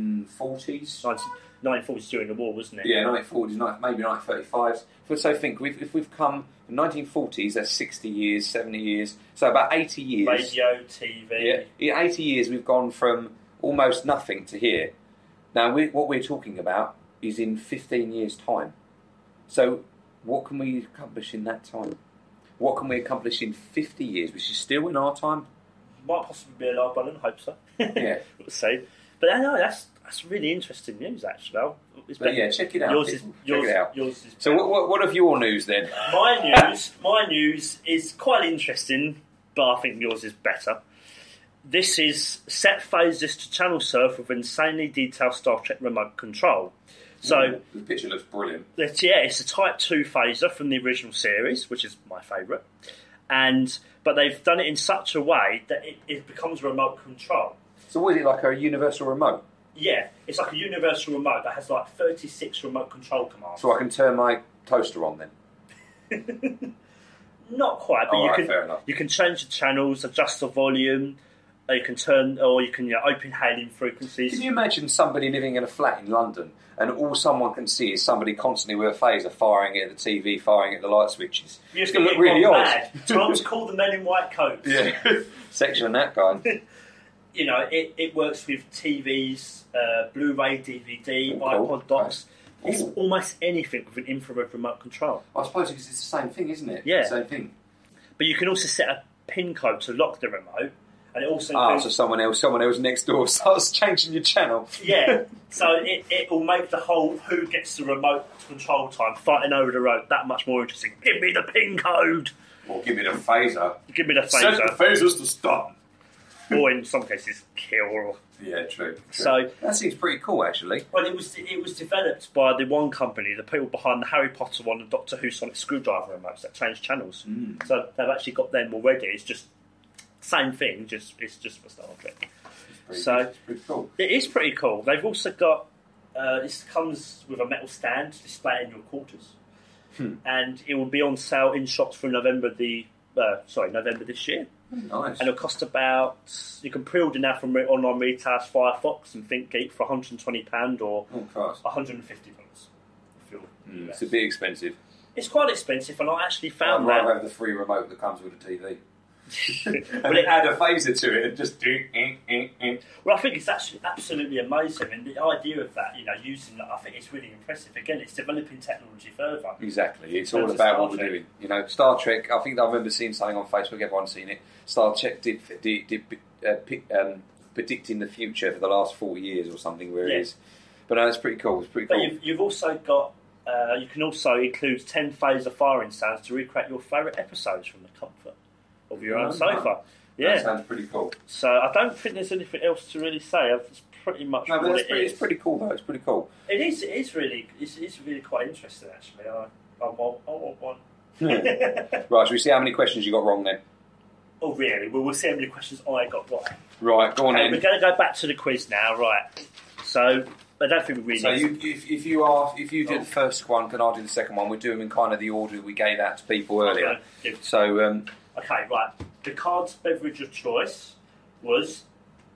1940s.
1940s during the war, wasn't it?
Yeah, 1940s, ni- maybe 1935s. If- So think, we've, if we've come from 1940s, that's 60 years, 70 years, so about 80 years.
Radio, TV.
Yeah, in 80 years, we've gone from almost nothing to here. Now, we, what we're talking about is in 15 years' time. So, what can we accomplish in that time? What can we accomplish in 50 years, which is still in our time?
might possibly be a live balloon. Hope so.
Yeah.
we'll see. But I know that's that's really interesting news. Actually, Al. It's
But
been-
yeah, check it out,
Yours is
people. Check
yours,
it out.
yours is
So, what, what, what of your news then?
my news, my news is quite interesting, but I think yours is better. This is set phases to channel surf with insanely detailed Star Trek remote control. So.
the picture looks brilliant.
It's, yeah, it's a Type Two phaser from the original series, which is my favourite. And but they've done it in such a way that it, it becomes remote control.
So, what is it like a universal remote?
Yeah, it's like a universal remote that has like 36 remote control commands.
So, I can turn my toaster on then?
Not quite, but
All
you
right,
can
fair enough.
you can change the channels, adjust the volume, or you can turn or you can you know, open hailing frequencies.
Can you imagine somebody living in a flat in London and all someone can see is somebody constantly with a phaser firing it at the TV, firing it at the light switches?
You're
It's
just
going
gonna
to look
get gone
really odd.
mad. Time to call the men in white coats.
yeah. Section and that guy.
you know, it, it works with TVs, uh, Blu-ray, DVD,
Cool.
iPod docks.
Okay.
It's
Ooh.
almost anything with an infrared remote control.
I suppose because it's the same thing, isn't it?
Yeah.
Same thing.
But you can also set a pin code to lock the remote, and it also
Ah,
includes-
so someone else, someone else next door starts changing your channel.
yeah. So it it will make the whole who gets the remote control time fighting over the road that much more interesting. Give me the pin code.
Or give it a phaser.
Give me the
Set the
phaser.
phasers to stun.
or in some cases, kill.
Yeah, true. true.
So-
that seems pretty cool, actually.
Well, it was it was developed by the one company, the people behind the Harry Potter one, the Doctor Who sonic screwdriver remotes that change channels. So they've actually got them already. It's just same thing, just it's just for Star Trek.
Pretty-
So-
it's pretty cool.
It is pretty cool. They've also got uh, this comes with a metal stand to display in your quarters, and it will be on sale in shops from November the uh, sorry November this year,
Nice.
and it'll cost about you can pre-order now from re- online retailers Firefox and ThinkGeek for 120 pound or
Oh, Christ.
150 dollars. If you're
It's a bit expensive.
It's quite expensive, and I actually
I'd
found
rather
that.
have the free remote that comes with a TV.
but it,
add a phaser to it and just do. eh, eh, eh.
well, I think it's actually absolutely amazing, and the idea of that, you know, using that, I think it's really impressive. Again, it's developing technology further.
Exactly. It's
terms
all
of
about
Star
what we're
Trek.
doing. You know, Star Trek. I think I remember seeing something on Facebook. Everyone's seen it. Star Trek did did, did uh, pick, um, predicting the future for the last forty years or something. Where
Yeah.
it is, but no, it's pretty cool. It's pretty
But
cool.
you've, you've also got, uh, you can also include 10 phaser firing sounds to recreate your favourite episodes from the comfort of your own
Oh,
sofa.
wow. That
Yeah,
sounds pretty cool.
so I don't think there's anything else to really say. That's pretty much
No, but
what
that's
it
pretty,
is.
it's pretty cool though. It's pretty cool.
It is. It is really. It's, it's really quite interesting, actually. I, I want. I want one.
Right, shall we see how many questions you got wrong then?
oh, really? Well, we'll see how many questions I got right.
Right, go on
Okay, we're
then.
going to go back to the quiz now, right? So I don't think we really.
So
need
you, if, if you are, if you do
Oh.
the first one, can I do the second one? We do them in kind of the order we gave out to people
to-
earlier.
Okay,
So um,
okay, right. Picard's beverage of choice was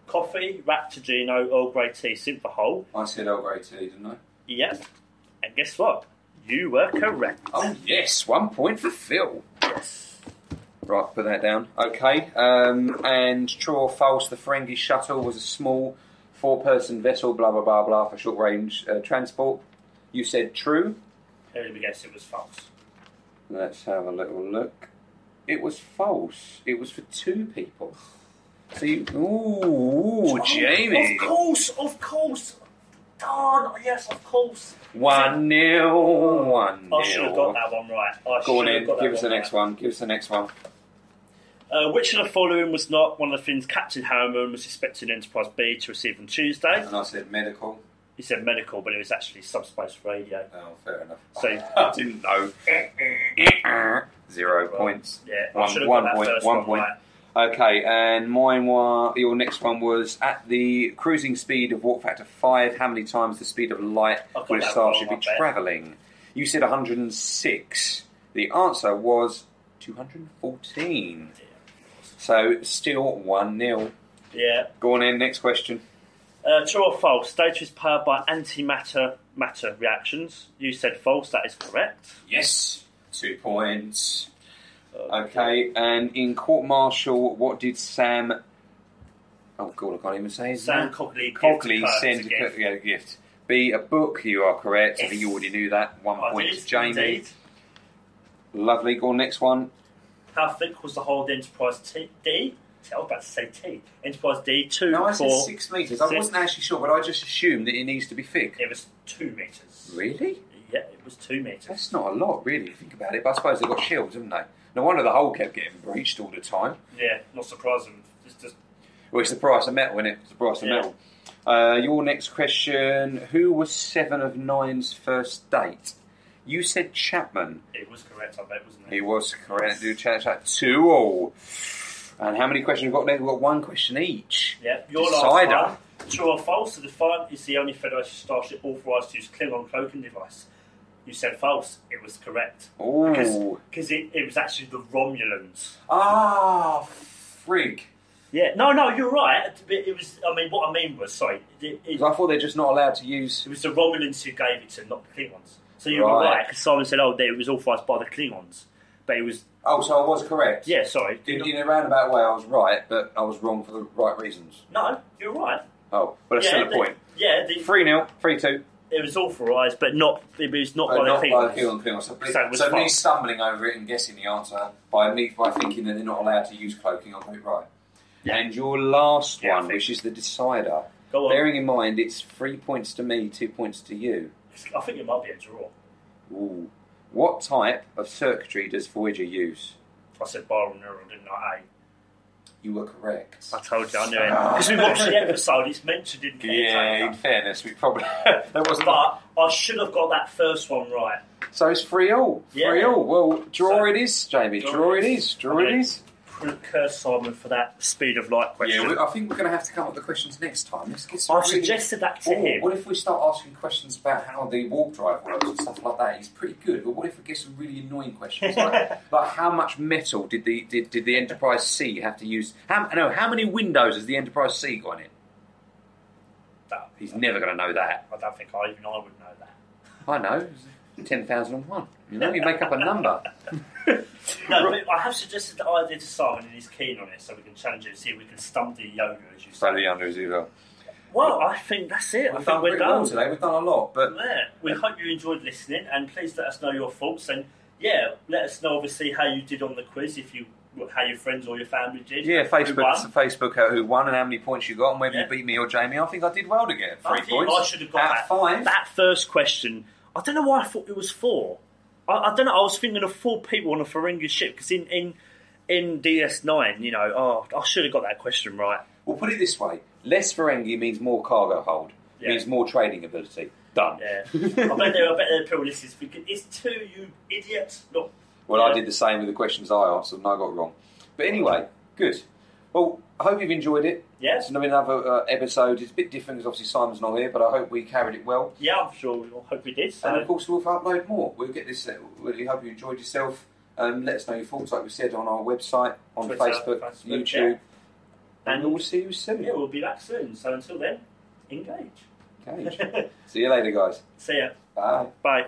coffee, Raptogino, Earl Grey tea, Synthahol.
I said Earl Grey tea, didn't I?
Yep. And guess what? You were correct.
Oh yes, one point for Phil.
Yes.
Right, put that down. Okay, um, and true or false, the Ferengi shuttle was a small four-person vessel, blah blah blah blah, for short-range uh, transport. You said true.
There we guess it was false.
Let's have a little look. It was false. It was for two people. So you, ooh, Oh, Jamie,
Oh, Of course, of course. Darn, yes, of course.
one nil, one
I should have got
nil.
that one right. I
Go on
should have
in.
got that
Give us the next
right.
one. Give us the next one.
Uh, which of the following was not one of the things Captain Harriman was expecting Enterprise B to receive on Tuesday?
And I said medical.
He said medical, but it was actually subspace radio.
Oh, fair enough.
So,
I didn't know. Zero points.
yeah, I should
One, one
have got that
point.
first
one
one
point.
right.
Okay, and mine was your next one was at the cruising speed of warp factor five. How many times the speed of light
I've got
would a
that
star
wrong,
should
I
be
bet.
travelling? You said 106. The answer was 214. So still one 0
Yeah.
Go on in. Next question.
Uh, true or false? Data is powered by antimatter matter reactions. You said false. That is correct.
Yes. Two points.
Uh,
Okay, and in court martial, what did Sam? Oh God, I can't even say his
Sam
name.
Cogley. gives
Cogley
Kirk
send
to
a
give.
gift. Yeah, gift. Be a book. You are correct. I think you
Yes.
already knew that. One
I
point,
did,
to Jamie.
indeed.
Lovely. Go on, next one.
How thick was the hull of the Enterprise T- D? I was about to say T. Enterprise D two
No, I said
for
six meters. I
six.
wasn't actually sure, but I just assumed that it needs to be thick.
It was two meters.
Really?
Yeah, it was two meters.
That's not a lot, really. if you Think about it. But I suppose they've got shields, haven't they? No wonder the hole kept getting breached all the time.
Yeah, not surprising. It's just
Well, it's the price of metal, isn't it? It's the price of
Yeah.
metal. Uh, your next question: Who was Seven of Nine's first date? You said Chapman.
it was correct. I bet wasn't it?
He was correct. Do chat chat two all. And how many questions we've got next? We've got one question each.
Yeah, your
Decider.
last one. True or false? The Defiant is the only Federation starship authorized to use Klingon cloaking device. You said false. It was correct.
Oh.
Because it, it was actually the Romulans.
Ah, frig.
Yeah, no, no, you're right. It it was. I mean, what I mean was, sorry, it, it,
'Cause I thought they're just not allowed to use.
it was the Romulans who gave it to, not the Klingons. So you were
Right.
right. Because Simon said, "Oh, they- it was authorized by the Klingons," but it was.
Oh, so I was correct.
Yeah, sorry.
In, in a roundabout way, I was right, but I was wrong for the right reasons.
No, you're right.
Oh, but that's
yeah,
still a
the-
point.
Yeah, the,
Three 0 three two.
it was authorized, but not. It was not
Oh,
by
not
the
by
Klingons.
the Keelan Cleon. So,
So it was
so me
false.
stumbling over it and guessing the answer by me by thinking that they're not allowed to use cloaking, I got it right.
Yeah.
And your last
Yeah, I
one,
think-
which is the decider.
Go on.
Bearing in mind, it's three points to me, two points to you.
I think it might be a draw.
Ooh. What type of circuitry does Voyager use?
I said binaural, didn't I?
You were correct.
I told you, I knew it. Because we watched the episode, it's mentioned in
Ah. Yeah, in
Caretaker.
fairness, we probably that wasn't.
But I should have got that first one right.
So it's free all,
Yeah.
free all. Well, draw
So-
it is, Jamie. Draw, it is. Draw
Okay.
it is.
Curse Simon for that speed of light question.
Yeah, we, uh, I think we're going to have to come up with the questions next time. Let's get some
I
really-
suggested that to
Or
him.
Oh, What if we start asking questions about how the warp drive works and stuff like that? He's pretty good, but what if we get some really annoying questions like, like how much metal did the did, did the Enterprise C have to use? How no, how many windows has the Enterprise C got in it?
That-
He's never going to know that.
I don't think I, even I would know that.
I know, ten thousand and one. You know, you make up a number.
No, but I have suggested the idea to Simon, and he's keen on it, so we can challenge it and see if we can stump the yoga, as you say.
under as well.
Well, I think that's it.
We've
I think
done
we're
pretty well
done.
today. We've done a lot, but
Yeah, we hope you enjoyed listening, and please let us know your thoughts. And yeah, let us know obviously how you did on the quiz, if you how your friends or your family did.
yeah,
Who
Facebook,
won.
Facebook, out who won and how many points you got, and whether
Yeah.
you beat me or Jamie. I think I did well to get
I
three
think
points.
I should have got
Out of
that.
five.
That first question, I don't know why I thought it was four. I, I don't know. I was thinking of four people on a Ferengi ship because in in in DS nine, you know, oh, I should have got that question right.
We'll put it this way: less Ferengi means more cargo hold,
Yeah.
means more trading ability. Done.
Yeah, I bet there. I bet there are people listening thinking, "It's two, you idiot!" Look,
Well, I did the same with the questions I answered, and I got wrong. But anyway, good. Well, I hope you've enjoyed it.
Yeah.
It's another- another uh, episode. It's a bit different because obviously Simon's not here, but I hope we carried it well.
Yeah, I'm sure. we all hope we did. So.
And of course, we'll upload more. We'll get this. Uh, we hope you enjoyed yourself. Um, let us know your thoughts, like we said, on our website, on
Twitter,
Facebook,
Facebook,
YouTube,
yeah.
and we'll see you soon.
Yeah, we'll be back soon. So until then, engage.
Okay. see you later, guys.
See ya.
Bye.
Bye.